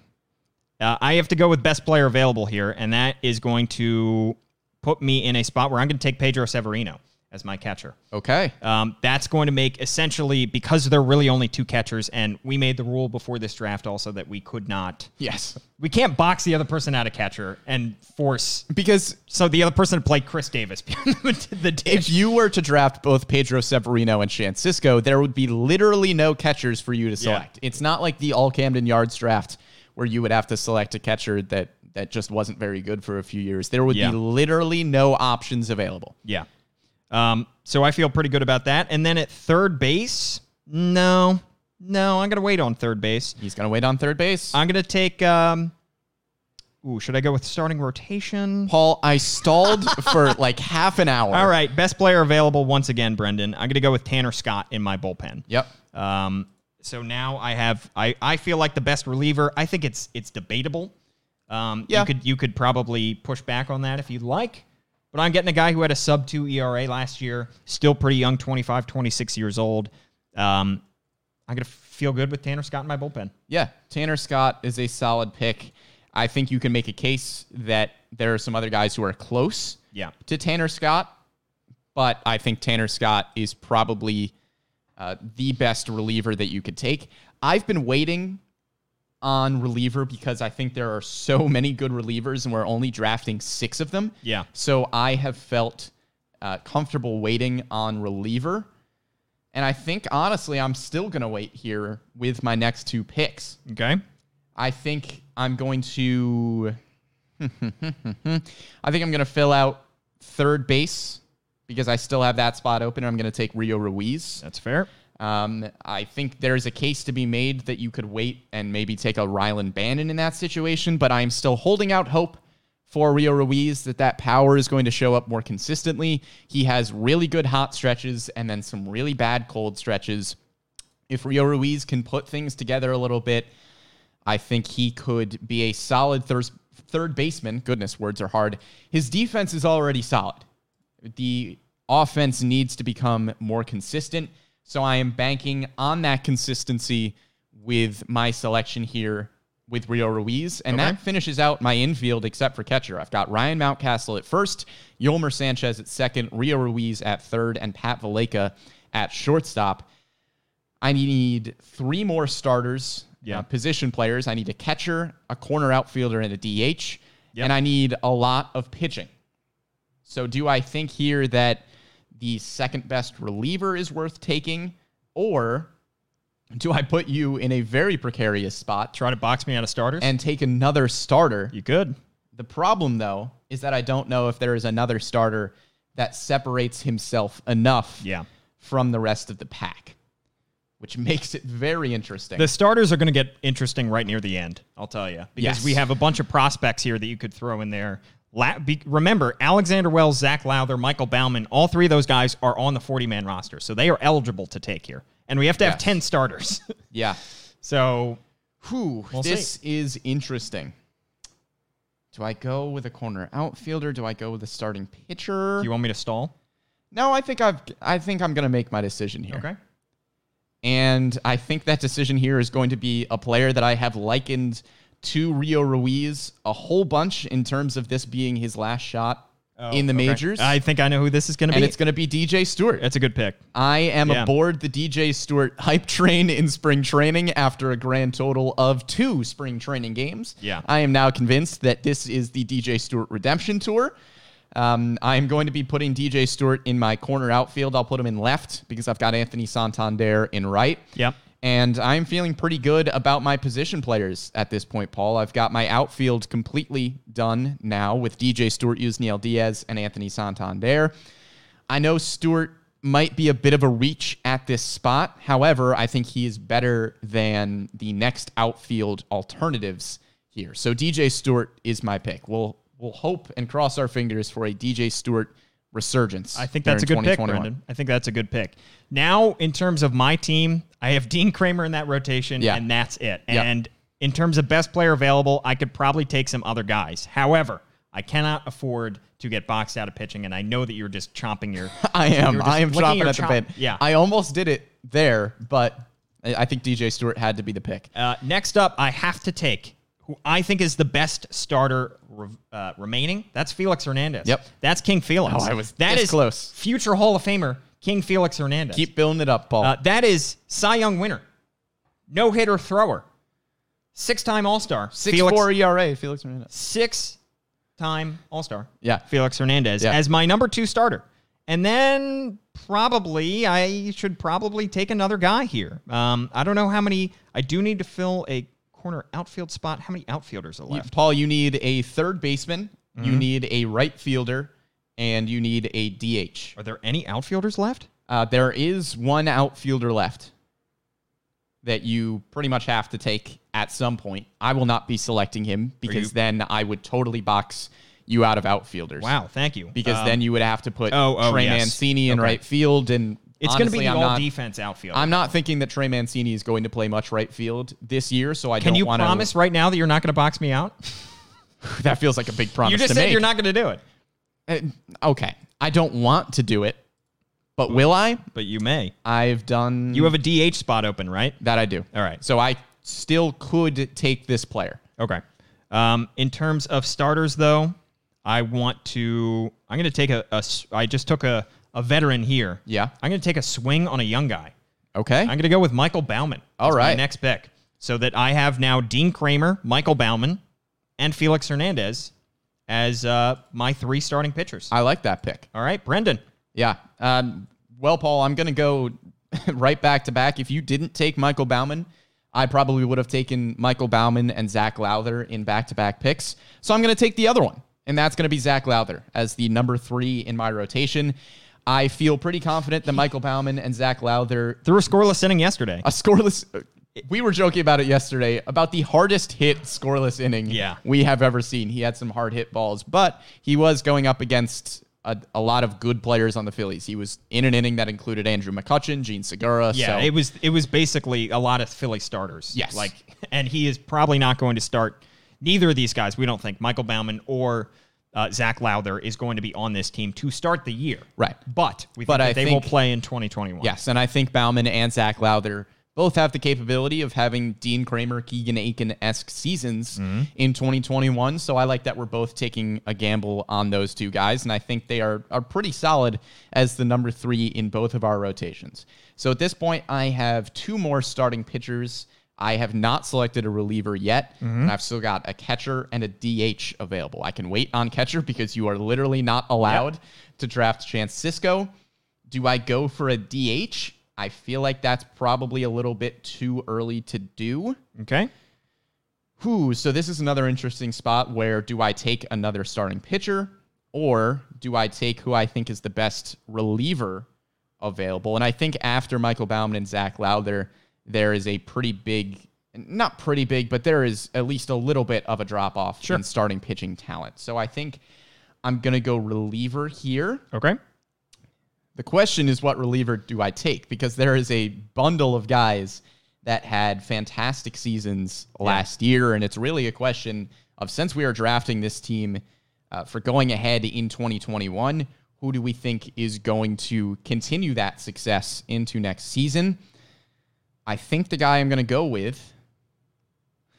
E: uh, I have to go with best player available here, and that is going to put me in a spot where I'm going to take Pedro Severino as my catcher.
F: Okay.
E: Um, that's going to make essentially because there are really only two catchers, and we made the rule before this draft also that we could not,
F: Yes.
E: we can't box the other person out of catcher and force.
F: Because
E: So the other person to play Chris Davis, the
F: if
E: dish.
F: you were to draft both Pedro Severino and Shan Cisco, there would be literally no catchers for you to select. It's not like the All Camden Yards draft where you would have to select a catcher that that just wasn't very good for a few years. There would
E: Yeah.
F: be literally no options available.
E: Yeah. Um, so I feel pretty good about that. And then at third base, no, no, I'm gonna wait on third base.
F: He's going to wait on third base.
E: I'm gonna take. Um, ooh, should I go with starting rotation?
F: Paul, I stalled for like half an hour.
E: All right, best player available once again, Brendan. I'm gonna go with Tanner Scott in my bullpen.
F: Yep.
E: Um, so now I have I, I feel like the best reliever. I think it's it's debatable. Um,
F: Yeah.
E: you could you could probably push back on that if you'd like. But I'm getting a guy who had a sub 2 ERA last year, still pretty young, 25, 26 years old. Um, I'm going to feel good with Tanner Scott in my bullpen.
F: Yeah, Tanner Scott is a solid pick. I think you can make a case that there are some other guys who are close
E: Yeah.
F: to Tanner Scott, but I think Tanner Scott is probably uh, the best reliever that you could take. I've been waiting on reliever because I think there are so many good relievers and we're only drafting six of them.
E: Yeah.
F: So I have felt uh, comfortable waiting on reliever. And I think, honestly, I'm still going to wait here with my next two picks.
E: Okay.
F: I think I'm going to. I think I'm going to fill out third base because I still have that spot open. I'm going to take Rio Ruiz.
E: That's fair.
F: Um, I think there's a case to be made that you could wait and maybe take a Rylan Bannon in that situation, but I'm still holding out hope for Rio Ruiz that that power is going to show up more consistently. He has really good hot stretches and then some really bad cold stretches. If Rio Ruiz can put things together a little bit, I think he could be a solid thir- third baseman. Goodness, words are hard. His defense is already solid. The offense needs to become more consistent. So I am banking on that consistency with my selection here with Rio Ruiz. And that finishes out my infield except for catcher. I've got Ryan Mountcastle at first, Yolmer Sanchez at second, Rio Ruiz at third, and Pat Valleca at shortstop. I need three more starters,
E: Yeah.
F: uh, position players. I need a catcher, a corner outfielder, and a DH.
E: Yep.
F: And I need a lot of pitching. So, do I think here that the second best reliever is worth taking, or do I put you in a very precarious spot
E: Try to box me out of starters.
F: and take another starter?
E: you could.
F: The problem, though, is that I don't know if there is another starter that separates himself enough
E: Yeah.
F: from the rest of the pack, which makes it very interesting.
E: The starters are going to get interesting right near the end, I'll tell you, because
F: Yes.
E: we have a bunch of prospects here that you could throw in there. La- be- remember, Alexander Wells, Zach Lowther, Michael Bauman, all three of those guys are on the 40 man roster. So they are eligible to take here. And we have to have
F: Yes.
E: 10 starters.
F: yeah.
E: so
F: Whew,
E: We'll
F: this is interesting. Do I go with a corner outfielder? Do I go with a starting pitcher?
E: do you want me to stall?
F: no, I think I've I think I'm gonna make my decision here. And I think that decision here is going to be a player that I have likened to Rio Ruiz a whole bunch in terms of this being his last shot in the
E: Oh, Okay.
F: majors.
E: I think I know who this is going to
F: and
E: be.
F: it's going to be DJ Stewart.
E: That's a good pick.
F: I am
E: Yeah.
F: aboard the DJ Stewart hype train in spring training after a grand total of two spring training games.
E: Yeah.
F: I am now convinced that this is the DJ Stewart redemption tour. Um, I am going to be putting DJ Stewart in my corner outfield. I'll put him in left because I've got Anthony Santander in right.
E: Yep.
F: And I'm feeling pretty good about my position players at this point, Paul. I've got my outfield completely done now with DJ Stewart, Yusniel Diaz, and Anthony Santander. I know Stewart might be a bit of a reach at this spot. However, I think he is better than the next outfield alternatives here. So DJ Stewart is my pick. We'll we'll hope and cross our fingers for a DJ Stewart resurgence.
E: I think
F: here
E: that's a
F: in
E: good pick,
F: 2021.
E: Brendan. I think that's a good pick. Now, in terms of my team, I have Dean Kramer in that rotation,
F: Yeah.
E: and that's it.
F: Yeah.
E: And in terms of best player available, I could probably take some other guys. However, I cannot afford to get boxed out of pitching, and I know that you're just chomping your.
F: I
E: you
F: am.
E: were just
F: I am
E: licking
F: chopping
E: your
F: at the
E: chop-
F: bit.
E: Yeah.
F: I almost did it there, but I I think DJ Stewart had to be the pick.
E: Uh, next up, I have to take who I think is the best starter re- uh, remaining. That's Felix Hernandez.
F: Yep.
E: That's King Felix.
F: Oh, I was
E: That
F: this
E: is
F: close.
E: Future Hall of Famer King Felix Hernandez.
F: Keep building it up, Paul.
E: Uh, that is Cy Young winner, no hitter thrower, six time All Star,
F: Six four ERA, Felix Hernandez.
E: six time All Star.
F: Yeah.
E: Felix Hernandez
F: Yeah.
E: as my number two starter, and then probably I should probably take another guy here. Um, I don't know how many. I do need to fill a corner outfield spot. How many outfielders are
F: You-
E: left? Mm-hmm.
F: Paul, you need a third baseman, you need a right fielder, and you need a DH.
E: Are there any outfielders left?
F: Uh, there is one outfielder left that you pretty much have to take at some point. I will not be selecting him because then I would totally box you out of outfielders.
E: Wow, thank you.
F: because
E: Um,
F: then you would have to put
E: oh, oh,
F: Trey
E: yes.
F: Mancini in
E: Okay.
F: right field, and
E: it's going to
F: honestly,
E: be the
F: I'm
E: all
F: not,
E: defense outfield.
F: I'm not thinking that Trey Mancini is going to play much right field this year, so I
E: Can
F: don't
E: you
F: wanna-
E: promise right now that you're not going to box me out?
F: that feels like a big promise.
E: You just
F: to
E: said
F: make.
E: you're not going to do it.
F: Uh, Okay, I don't want to do it, but will I?
E: But you may.
F: I've done.
E: You have a DH spot open, right?
F: that. I do.
E: All right.
F: So I still could take this player.
E: Okay. Um, in terms of starters, though, I want to. I'm going to take a, a s- I just took a, a veteran here.
F: Yeah.
E: I'm going to take a swing on a young guy.
F: Okay.
E: I'm going to go with Michael Bauman.
F: All
E: as my
F: right.
E: next pick. So that I have now Dean Kramer, Michael Bauman, and Felix Hernandez as uh, my three starting pitchers.
F: I like that pick.
E: All right, Brendan.
F: Yeah. Um, well, Paul, I'm going to go right back to back. If you didn't take Michael Bauman, I probably would have taken Michael Bauman and Zach Lowther in back to back picks. So I'm going to take the other one, and that's going to be Zach Lowther as the number three in my rotation. I feel pretty confident that Michael Bauman and Zach Lowther,
E: Threw a scoreless inning yesterday.
F: a scoreless. We were joking about it yesterday about the hardest hit scoreless inning
E: Yeah.
F: we have ever seen. He had some hard hit balls, but he was going up against a, a lot of good players on the Phillies. He was in an inning that included Andrew McCutcheon, Gene Segura.
E: Yeah,
F: so
E: it was it was basically a lot of Philly starters.
F: Yes.
E: like, and he is probably not going to start neither of these guys. We don't think Michael Bauman or uh, Zach Lowther is going to be on this team to start the year.
F: Right.
E: but we
F: But
E: think
F: I
E: that they will
F: think-
E: play in 2021.
F: Yes, and I think Bauman and Zach Lowther both have the capability of having Dean Kramer, Keegan Aiken esque seasons in 2021. So I like that we're both taking a gamble on those two guys, and I think they are are pretty solid as the number three in both of our rotations. So at this point, I have two more starting pitchers. I have not selected a reliever yet, and I've still got a catcher and a DH available. I can wait on catcher because you are literally not allowed to draft Chance Cisco. Do I go for a DH? I feel like that's probably a little bit too early to do.
E: Okay.
F: Whew, so this is another interesting spot where do I take another starting pitcher or do I take who I think is the best reliever available? And I think after Michael Bauman and Zach Lowther, there is a pretty big, not pretty big, but there is at least a little bit of a drop off in starting pitching talent. So I think I'm going to go reliever here.
E: Okay.
F: The question is, what reliever do I take? Because there is a bundle of guys that had fantastic seasons last year, and it's really a question of since we are drafting this team uh, for going ahead in 2021, who do we think is going to continue that success into next season? I think the guy I'm going to go with.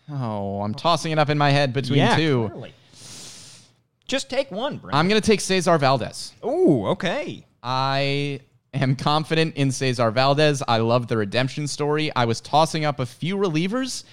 F: Oh, I'm tossing it up in my head between
E: yeah.
F: two.
E: clearly. Just take one, Brent.
F: I'm going to take Cesar Valdez.
E: Ooh, okay.
F: I am confident in Cesar Valdez. I love the redemption story. I was tossing up a few relievers,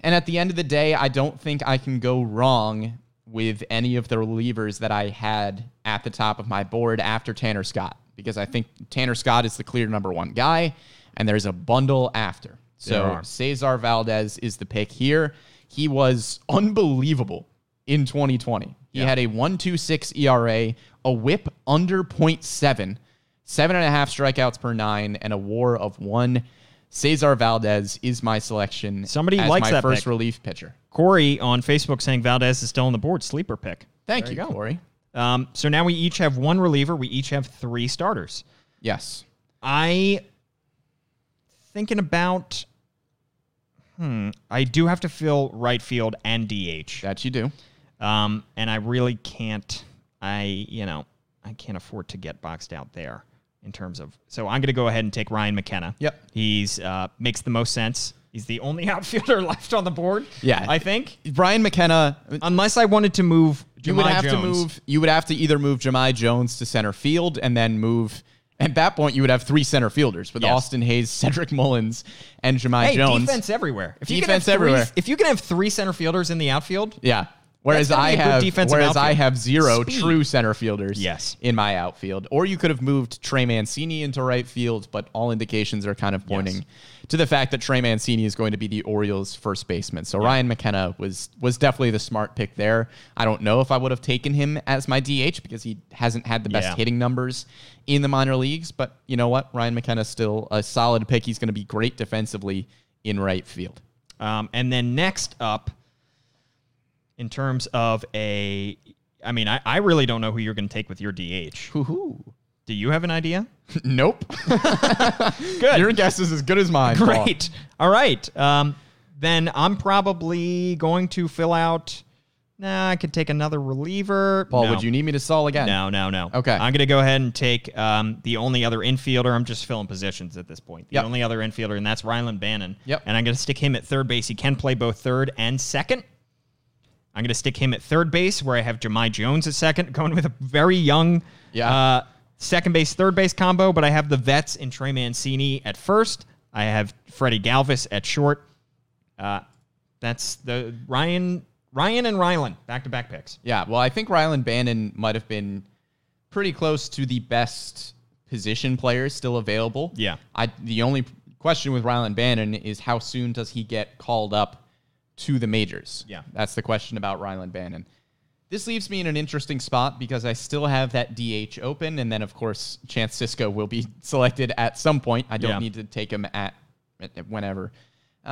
F: and at the end of the day, I don't think I can go wrong with any of the relievers that I had at the top of my board after Tanner Scott, because I think Tanner Scott is the clear number one guy, and there's a bundle after.
E: There
F: So
E: are.
F: Cesar Valdez is the pick here. He was unbelievable in 2020. He had a 126 ERA, E a whip under 0.7, seven and a half strikeouts per nine, and a war of one. Cesar Valdez is my selection.
E: Somebody
F: as
E: likes
F: my
E: that
F: first
E: pick.
F: relief pitcher.
E: Corey on Facebook saying Valdez is still on the board. Sleeper pick.
F: Thank
E: There
F: you,
E: go.
F: Corey.
E: Um, so now we each have one reliever. We each have three starters.
F: Yes.
E: I thinking about. Hmm. I do have to fill right field and DH.
F: That you do.
E: Um, and I really can't. I you know I can't afford to get boxed out there in terms of. So I'm going to go ahead and take Ryan McKenna.
F: Yep.
E: He's uh, makes the most sense. He's the only outfielder left on the board.
F: Yeah.
E: I think.
F: Brian McKenna.
E: Unless I wanted to move,
F: You would
E: Jamai
F: have to
E: Jones.
F: move. You would have to either move Jemai Jones to center field and then move. At that point, you would have three center fielders with
E: Yes.
F: Austin Hayes, Cedric Mullins, and Jemai
E: Hey,
F: Jones.
E: defense everywhere. If you can
F: Defense
E: have three-
F: everywhere.
E: If you can have three center fielders in the outfield,
F: Yeah. Whereas
E: gonna
F: I
E: be a good
F: have
E: defensive
F: whereas I
E: outfield.
F: have zero
E: Speed.
F: true center fielders
E: Yes.
F: in my outfield. Or you could have moved Trey Mancini into right field, but all indications are kind of pointing to the fact that Trey Mancini is going to be the Orioles first baseman. So Ryan McKenna was was definitely the smart pick there. I don't know if I would have taken him as my DH because he hasn't had the best
E: Yeah.
F: hitting numbers in the minor leagues, but you know what? Ryan McKenna's still a solid pick. He's going to be great defensively in right field.
E: Um, and then next up, in terms of a, I mean, I, I really don't know who you're going to take with your DH.
F: Woohoo.
E: Do you have an idea?
F: Nope. Good. Your guess is as good as mine. Paul.
E: Great. All right. Um, then I'm probably going to fill out. Nah, I could take another reliever.
F: Paul,
E: No.
F: would you need me to stall again?
E: No, no, no.
F: Okay.
E: I'm going to go ahead and take um, the only other infielder. I'm just filling positions at this point. The
F: Yep.
E: only other infielder, and that's Rylan Bannon.
F: Yep.
E: And I'm going to stick him at third base. He can play both third and second. I'm going to stick him at third base where I have Jemai Jones at second, going with a very young
F: Yeah.
E: uh, second base, third base combo, but I have the vets in Trey Mancini at first. I have Freddie Galvis at short. Uh, that's the Ryan, Ryan and Rylan back to back picks.
F: Yeah. Well, I think Rylan Bannon might have been pretty close to the best position player still available.
E: Yeah.
F: I the only question with Rylan Bannon is how soon does he get called up to the majors?
E: Yeah.
F: That's the question about Rylan Bannon. This leaves me in an interesting spot because I still have that DH open, and then of course Chance Cisco will be selected at some point. I don't
E: Yeah.
F: need to take him at, at- at whenever.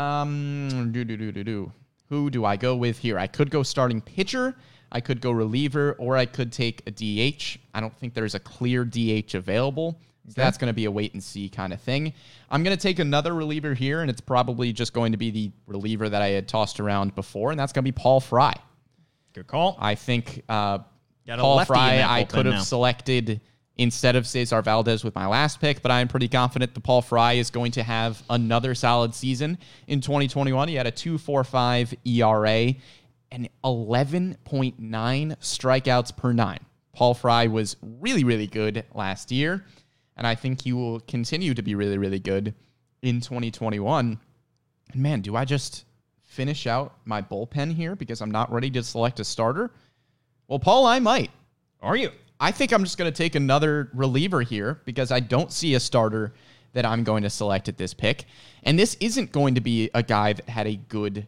F: Um, do do do do do. Who do I go with here? I could go starting pitcher, I could go reliever, or I could take a DH. I don't think there's a clear DH available. So that's going to be a wait and see kind of thing. I'm going to take another reliever here, and it's probably just going to be the reliever that I had tossed around before, and that's going to be Paul Fry.
E: Good call.
F: I think uh,
E: Got a
F: Paul
E: lefty in
F: Fry
E: that
F: I
E: bullpen
F: could have
E: now.
F: selected instead of Cesar Valdez with my last pick, but I'm pretty confident that Paul Fry is going to have another solid season in 2021. He had a 2.45 ERA E and 11.9 strikeouts per nine. Paul Fry was really, really good last year, and I think he will continue to be really, really good in 2021. And man, do I just finish out my bullpen here because I'm not ready to select a starter? Well, Paul, I might.
E: Are you?
F: I think I'm just going to take another reliever here because I don't see a starter that I'm going to select at this pick. And this isn't going to be a guy that had a good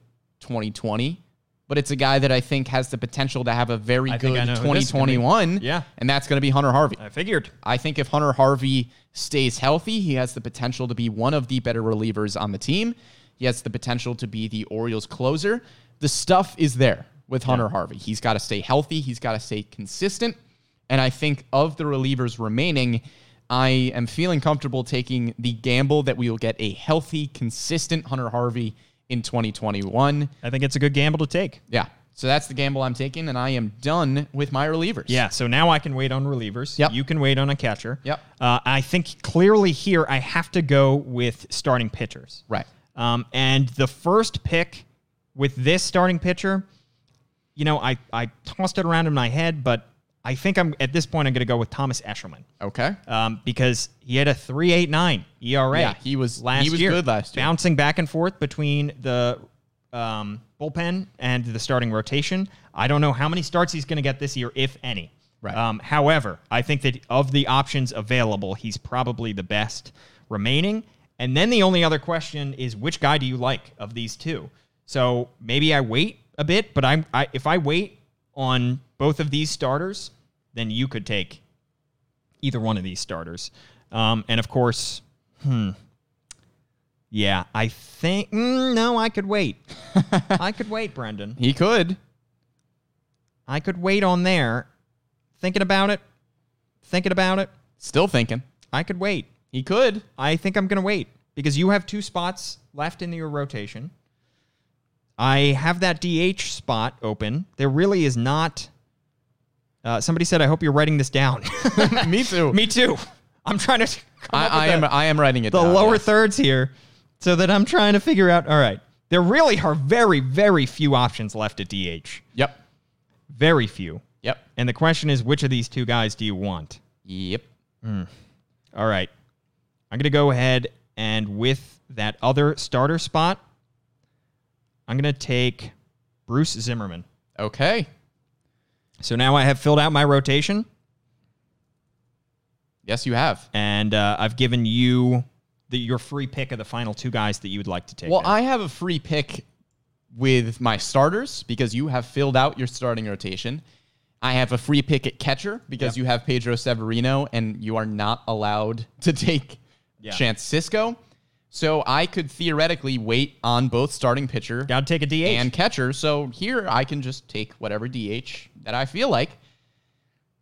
F: 2020, but it's a guy that I think has the potential to have a very
E: I
F: good
E: think I know who this is gonna be.
F: 2021.
E: Yeah.
F: And that's going to be Hunter Harvey.
E: I figured.
F: I think if Hunter Harvey stays healthy, he has the potential to be one of the better relievers on the team. He has the potential to be the Orioles closer. The stuff is there with Hunter Harvey. He's got to stay healthy, he's got to stay consistent. And I think of the relievers remaining, I am feeling comfortable taking the gamble that we will get a healthy, consistent Hunter Harvey in 2021.
E: I think it's a good gamble to take.
F: Yeah. So that's the gamble I'm taking, and I am done with my relievers.
E: Yeah, so now I can wait on relievers.
F: Yep.
E: You can wait on a catcher.
F: Yep.
E: Uh, I think clearly here I have to go with starting pitchers.
F: Right.
E: Um, and the first pick with this starting pitcher, you know, I, I tossed it around in my head, but I think I'm at this point I'm going to go with Thomas Eshelman
F: Okay.
E: um, because he had a 3.89 ERA.
F: Yeah, he was-
E: E last
F: he was
E: year,
F: good last year.
E: bouncing back and forth between the um, bullpen and the starting rotation. I don't know how many starts he's going to get this year, if any.
F: Right.
E: Um, however, I think that of the options available, he's probably the best remaining. And then the only other question is which guy do you like of these two? So maybe I wait a bit, but I'm I, if I wait on both of these starters, then you could take either one of these starters. Um, and of course, hmm. Yeah, I think mm, no, I could wait. I could wait, Brendan.
F: He could.
E: I could wait on there. Thinking about it, thinking about it,
F: Still thinking.
E: I could wait.
F: He could.
E: I think I'm going to wait because you have two spots left in your rotation. I have that DH spot open. There really is not. Uh, somebody said, "I hope you're writing this down."
F: Me too.
E: Me too. I'm trying to. come up with
F: I, I
E: a-
F: am. I am writing it.
E: the
F: down,
E: lower
F: yes.
E: thirds here so that I'm trying to figure out. All right. There really are very, very few options left at DH.
F: Yep.
E: Very few.
F: Yep.
E: And the question is, which of these two guys do you want?
F: Yep.
E: All right. I'm going to go ahead and with that other starter spot, I'm going to take Bruce Zimmerman.
F: Okay.
E: So now I have filled out my rotation.
F: Yes, you have.
E: And uh, I've given you the, your free pick of the final two guys that you would like to take.
F: Well,
E: now.
F: I have a free pick with my starters because you have filled out your starting rotation. I have a free pick at catcher because you have Pedro Severino and you are not allowed to take
E: Yeah.
F: Chance Cisco. So I could theoretically wait on both starting pitcher
E: got to take a DH.
F: and catcher. So here I can just take whatever DH that I feel like.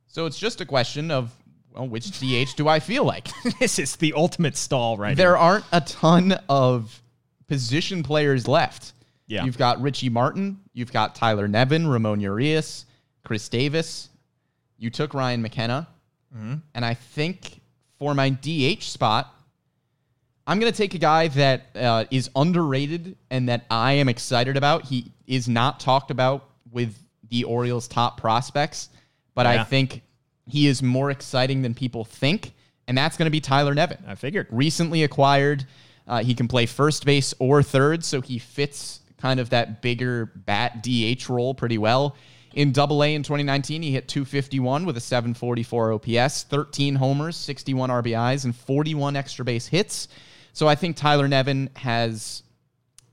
F: So it's just a question of well, which DH do I feel like?
E: this is the ultimate stall right
F: there aren't a ton of position players left.
E: Yeah.
F: You've got Richie Martin, you've got Tyler Nevin, Ramon Urias, Chris Davis. You took Ryan McKenna.
E: Mm-hmm.
F: And I think for my DH spot, I'm going to take a guy that uh, is underrated and that I am excited about. He is not talked about with the Orioles' top prospects, but I
E: Yeah.
F: think he is more exciting than people think. And that's going to be Tyler Nevin
E: I figured.
F: recently acquired. Uh, he can play first base or third, so he fits kind of that bigger bat DH role pretty well. In Double A in 2019, he hit 251 with a 744 OPS, 13 homers, 61 RBIs, and 41 extra base hits. So I think Tyler Nevin has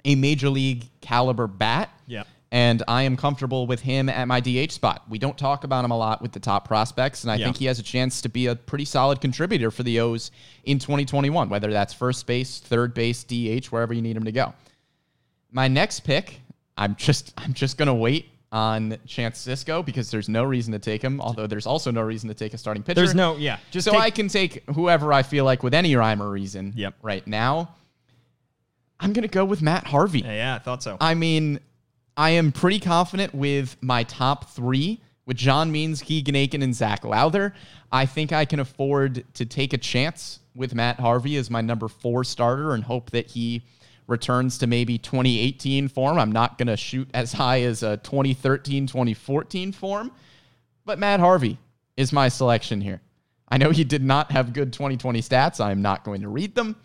F: a major league caliber bat.
E: Yep.
F: And I am comfortable with him at my DH spot. We don't talk about him a lot with the top prospects, and I
E: Yeah.
F: think he has a chance to be a pretty solid contributor for the O's in 2021, whether that's first base, third base, DH, wherever you need him to go. My next pick, I'm just I'm just gonna wait on Chance Cisco because there's no reason to take him, although there's also no reason to take a starting pitcher.
E: There's no, yeah. Just
F: so
E: take-
F: I can take whoever I feel like with any rhyme or reason
E: Yep.
F: right now. I'm gonna go with Matt Harvey.
E: Yeah, yeah, I thought so.
F: I mean, I am pretty confident with my top three with John Means, Keegan Aiken, and Zach Lowther. I think I can afford to take a chance with Matt Harvey as my number four starter and hope that he returns to maybe 2018 form. I'm not going to shoot as high as a 2013, 2014 form, but Matt Harvey is my selection here. I know he did not have good 2020 stats. I'm not going to read them,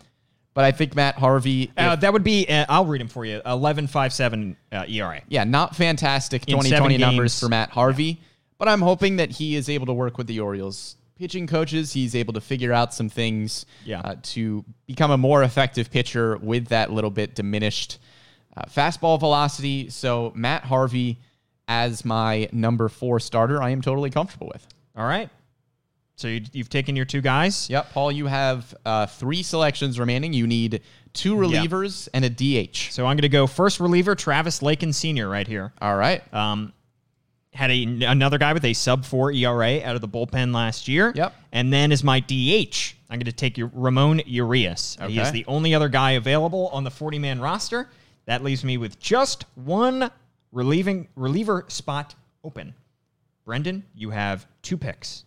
F: but I think Matt Harvey.
E: uh,
F: if-
E: that would be, uh, I'll read them for you 11 5 7 uh, ERA.
F: yeah, not fantastic
E: In
F: 2020
E: seven
F: numbers
E: games.
F: for Matt Harvey, but I'm hoping that he is able to work with the Orioles pitching coaches. He's able to figure out some things
E: Yeah.
F: uh, to become a more effective pitcher with that little bit diminished uh, fastball velocity. So Matt Harvey as my number four starter, I am totally comfortable with.
E: All right. So you, you've taken your two guys.
F: Yep, Paul, you have uh, three selections remaining. You need two relievers and a DH.
E: So I'm going to go first reliever Travis Lakin Senior right here.
F: All right.
E: Um, had a, another guy with a sub four ERA out of the bullpen last year.
F: Yep.
E: And then as my DH, I'm going to take your Ramon Urias. He is
F: Okay.
E: the only other guy available on the 40 man roster. That leaves me with just one relieving reliever spot open. Brendan, you have two picks.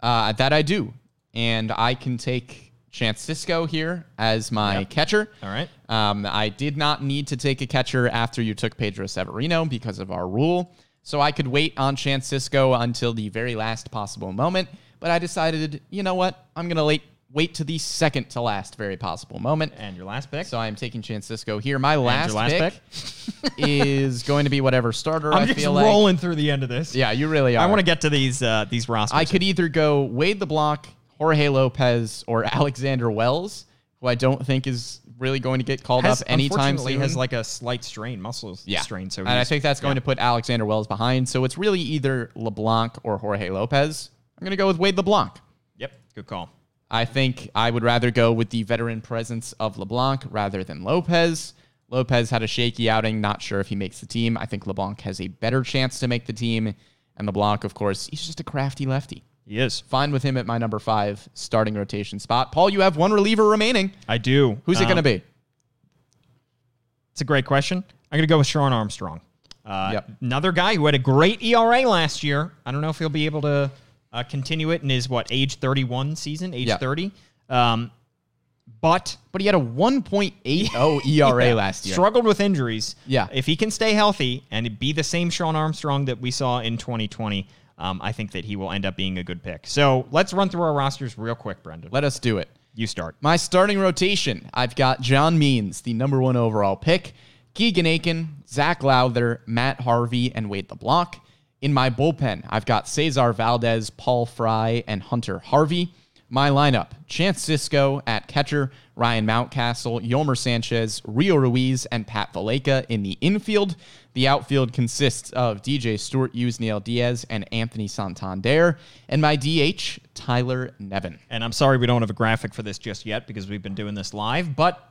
F: Uh, that I do. And I can take Chancisco here as my catcher.
E: All right.
F: Um, I did not need to take a catcher after you took Pedro Severino because of our rule. So I could wait on Chancisco until the very last possible moment. But I decided, you know what? I'm going to wait, wait to the second to last very possible moment.
E: And your last pick.
F: So I'm taking Chancisco here. My last,
E: last
F: pick, is going to be whatever starter I
E: I'm just
F: feel like.
E: rolling through the end of this.
F: Yeah, you really are.
E: I want to get to these uh, these rosters.
F: I could either go Wade the Block, Jorge Lopez, or Alexander Wells, who I don't think is really going to get called
E: has,
F: up anytime
E: unfortunately,
F: soon.
E: has like a slight strain, muscle
F: yeah.
E: strain. So
F: and I
E: he's-
F: think that's going to put Alexander Wells behind. So it's really either LeBlanc or Jorge Lopez. I'm going to go with Wade LeBlanc.
E: Yep, good call.
F: I think I would rather go with the veteran presence of LeBlanc rather than Lopez. Lopez had a shaky outing, not sure if he makes the team. I think LeBlanc has a better chance to make the team. And LeBlanc, of course, he's just a crafty lefty.
E: He is.
F: Fine with him at my number five starting rotation spot. Paul, you have one reliever remaining.
E: I do.
F: Who's it
E: Um,
F: going to be?
E: It's a great question. I'm going to go with Sean Armstrong. Uh,
F: Yep.
E: Another guy who had a great ERA last year. I don't know if he'll be able to uh, continue it in his, what, age 31 season, age
F: Yeah.
E: 30. Um, but
F: But he had a 1.80 ERA E last year.
E: struggled with injuries.
F: Yeah.
E: If he can stay healthy and be the same Sean Armstrong that we saw in 2020, um, I think that he will end up being a good pick. So let's run through our rosters real quick, Brendan.
F: Let us do it.
E: you start.
F: My starting rotation, I've got John Means, the number one overall pick, Keegan Aiken, Zach Lowther, Matt Harvey, and Wade LeBlanc. In my bullpen, I've got Cesar Valdez, Paul Fry, and Hunter Harvey. My lineup, Chance Cisco at catcher, Ryan Mountcastle, Yomer Sanchez, Rio Ruiz, and Pat Valleca in the infield. The outfield consists of DJ Stewart, Usneil Diaz, and Anthony Santander. And my DH, Tyler Nevin.
E: And I'm sorry we don't have a graphic for this just yet because we've been doing this live, but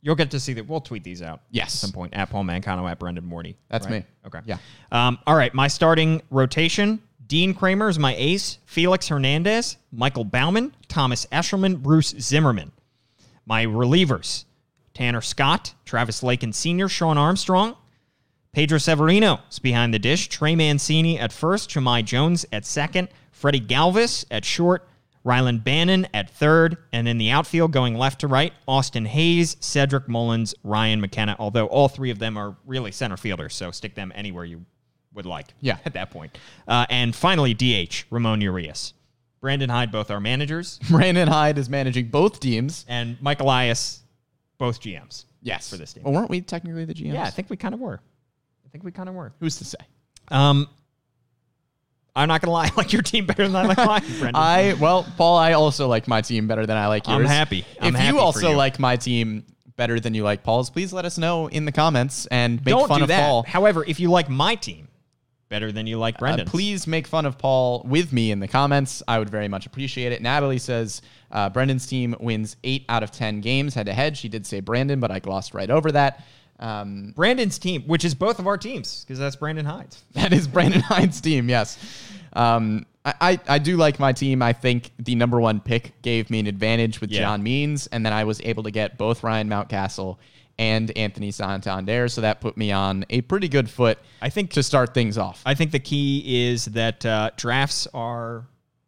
E: you'll get to see that. We'll tweet these out.
F: Yes.
E: At some point. At Paul Mancano, at Brendan Morty.
F: That's
E: right?
F: me.
E: Okay.
F: Yeah.
E: Um, all right. My starting rotation Dean Kramer is my ace, Felix Hernandez, Michael Bauman, Thomas Eshelman, Bruce Zimmerman. My relievers Tanner Scott, Travis Lakin Sr., Sean Armstrong, Pedro Severino is behind the dish. Trey Mancini at first, Jemai Jones at second, Freddie Galvis at short, Rylan Bannon at third, and in the outfield going left to right, Austin Hayes, Cedric Mullins, Ryan McKenna, although all three of them are really center fielders, so stick them anywhere you would like
F: Yeah.
E: at that point. Uh, and finally, DH, Ramon Urias. Brandon Hyde, both our managers,
F: Brandon Hyde is managing both teams.
E: and Mike Elias, both GMs.
F: Yes. Oh,
E: For this team.
F: Well, weren't we technically the GMs?
E: Yeah, I think we kind of were. I think we kind of were.
F: Who's to say?
E: Um, I'm not gonna lie, I like your team better than I like mine, Brendan.
F: I well, Paul, I also like my team better than I like
E: I'm
F: yours.
E: happy. I'm
F: if
E: happy
F: you
E: for
F: also
E: you.
F: like my team better than you like Paul's, please let us know in the comments and make
E: don't
F: fun
E: do
F: of
E: that.
F: Paul.
E: However, if you like my team better than you like
F: Uh,
E: Brendan,
F: please make fun of Paul with me in the comments. I would very much appreciate it. Natalie says uh, Brendan's team wins eight out of ten games head to head. She did say Brandon, but I glossed right over that. Um,
E: Brandon's team, which is both of our teams, because that's Brandon Hyde.
F: That is Brandon Hines' team, yes. Um, I, I, I do like my team. I think the number one pick gave me an advantage with
E: Yeah.
F: John Means, and then I was able to get both Ryan Mountcastle and Anthony Santander, so that put me on a pretty good foot
E: I think
F: to start things off.
E: I think the key is that uh, drafts are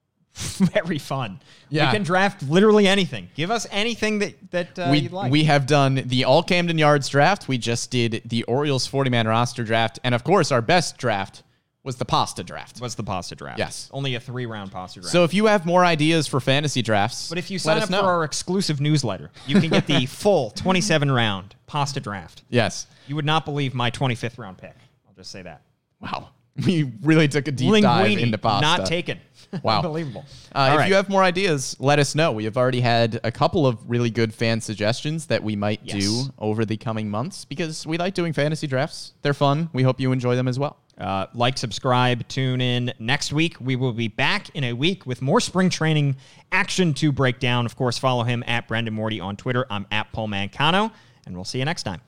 E: very fun.
F: Yeah.
E: We can draft literally anything. Give us anything that that uh,
F: we,
E: you'd like.
F: we have done the all Camden Yards draft. We just did the Orioles 40 man roster draft. And of course, our best draft was the pasta draft.
E: What's the pasta draft?
F: Yes.
E: only a three round pasta draft.
F: So if you have more ideas for fantasy drafts,
E: But if you
F: let
E: sign
F: us
E: up
F: know.
E: for our exclusive newsletter, you can get the full 27 round pasta draft.
F: Yes.
E: You would not believe my 25th round pick. I'll just say that.
F: Wow. We really took a deep dive
E: Linguini,
F: into pasta.
E: not taken.
F: Wow.
E: Unbelievable.
F: Uh,
E: All
F: if
E: right.
F: you have more ideas, let us know. We have already had a couple of really good fan suggestions that we might
E: Yes.
F: do over the coming months because we like doing fantasy drafts. They're fun. We hope you enjoy them as well.
E: Uh, like, subscribe, tune in. Next week, we will be back in a week with more spring training action to break down. Of course, follow him at Brendan Morty on Twitter. I'm at Paul Mancano, and we'll see you next time.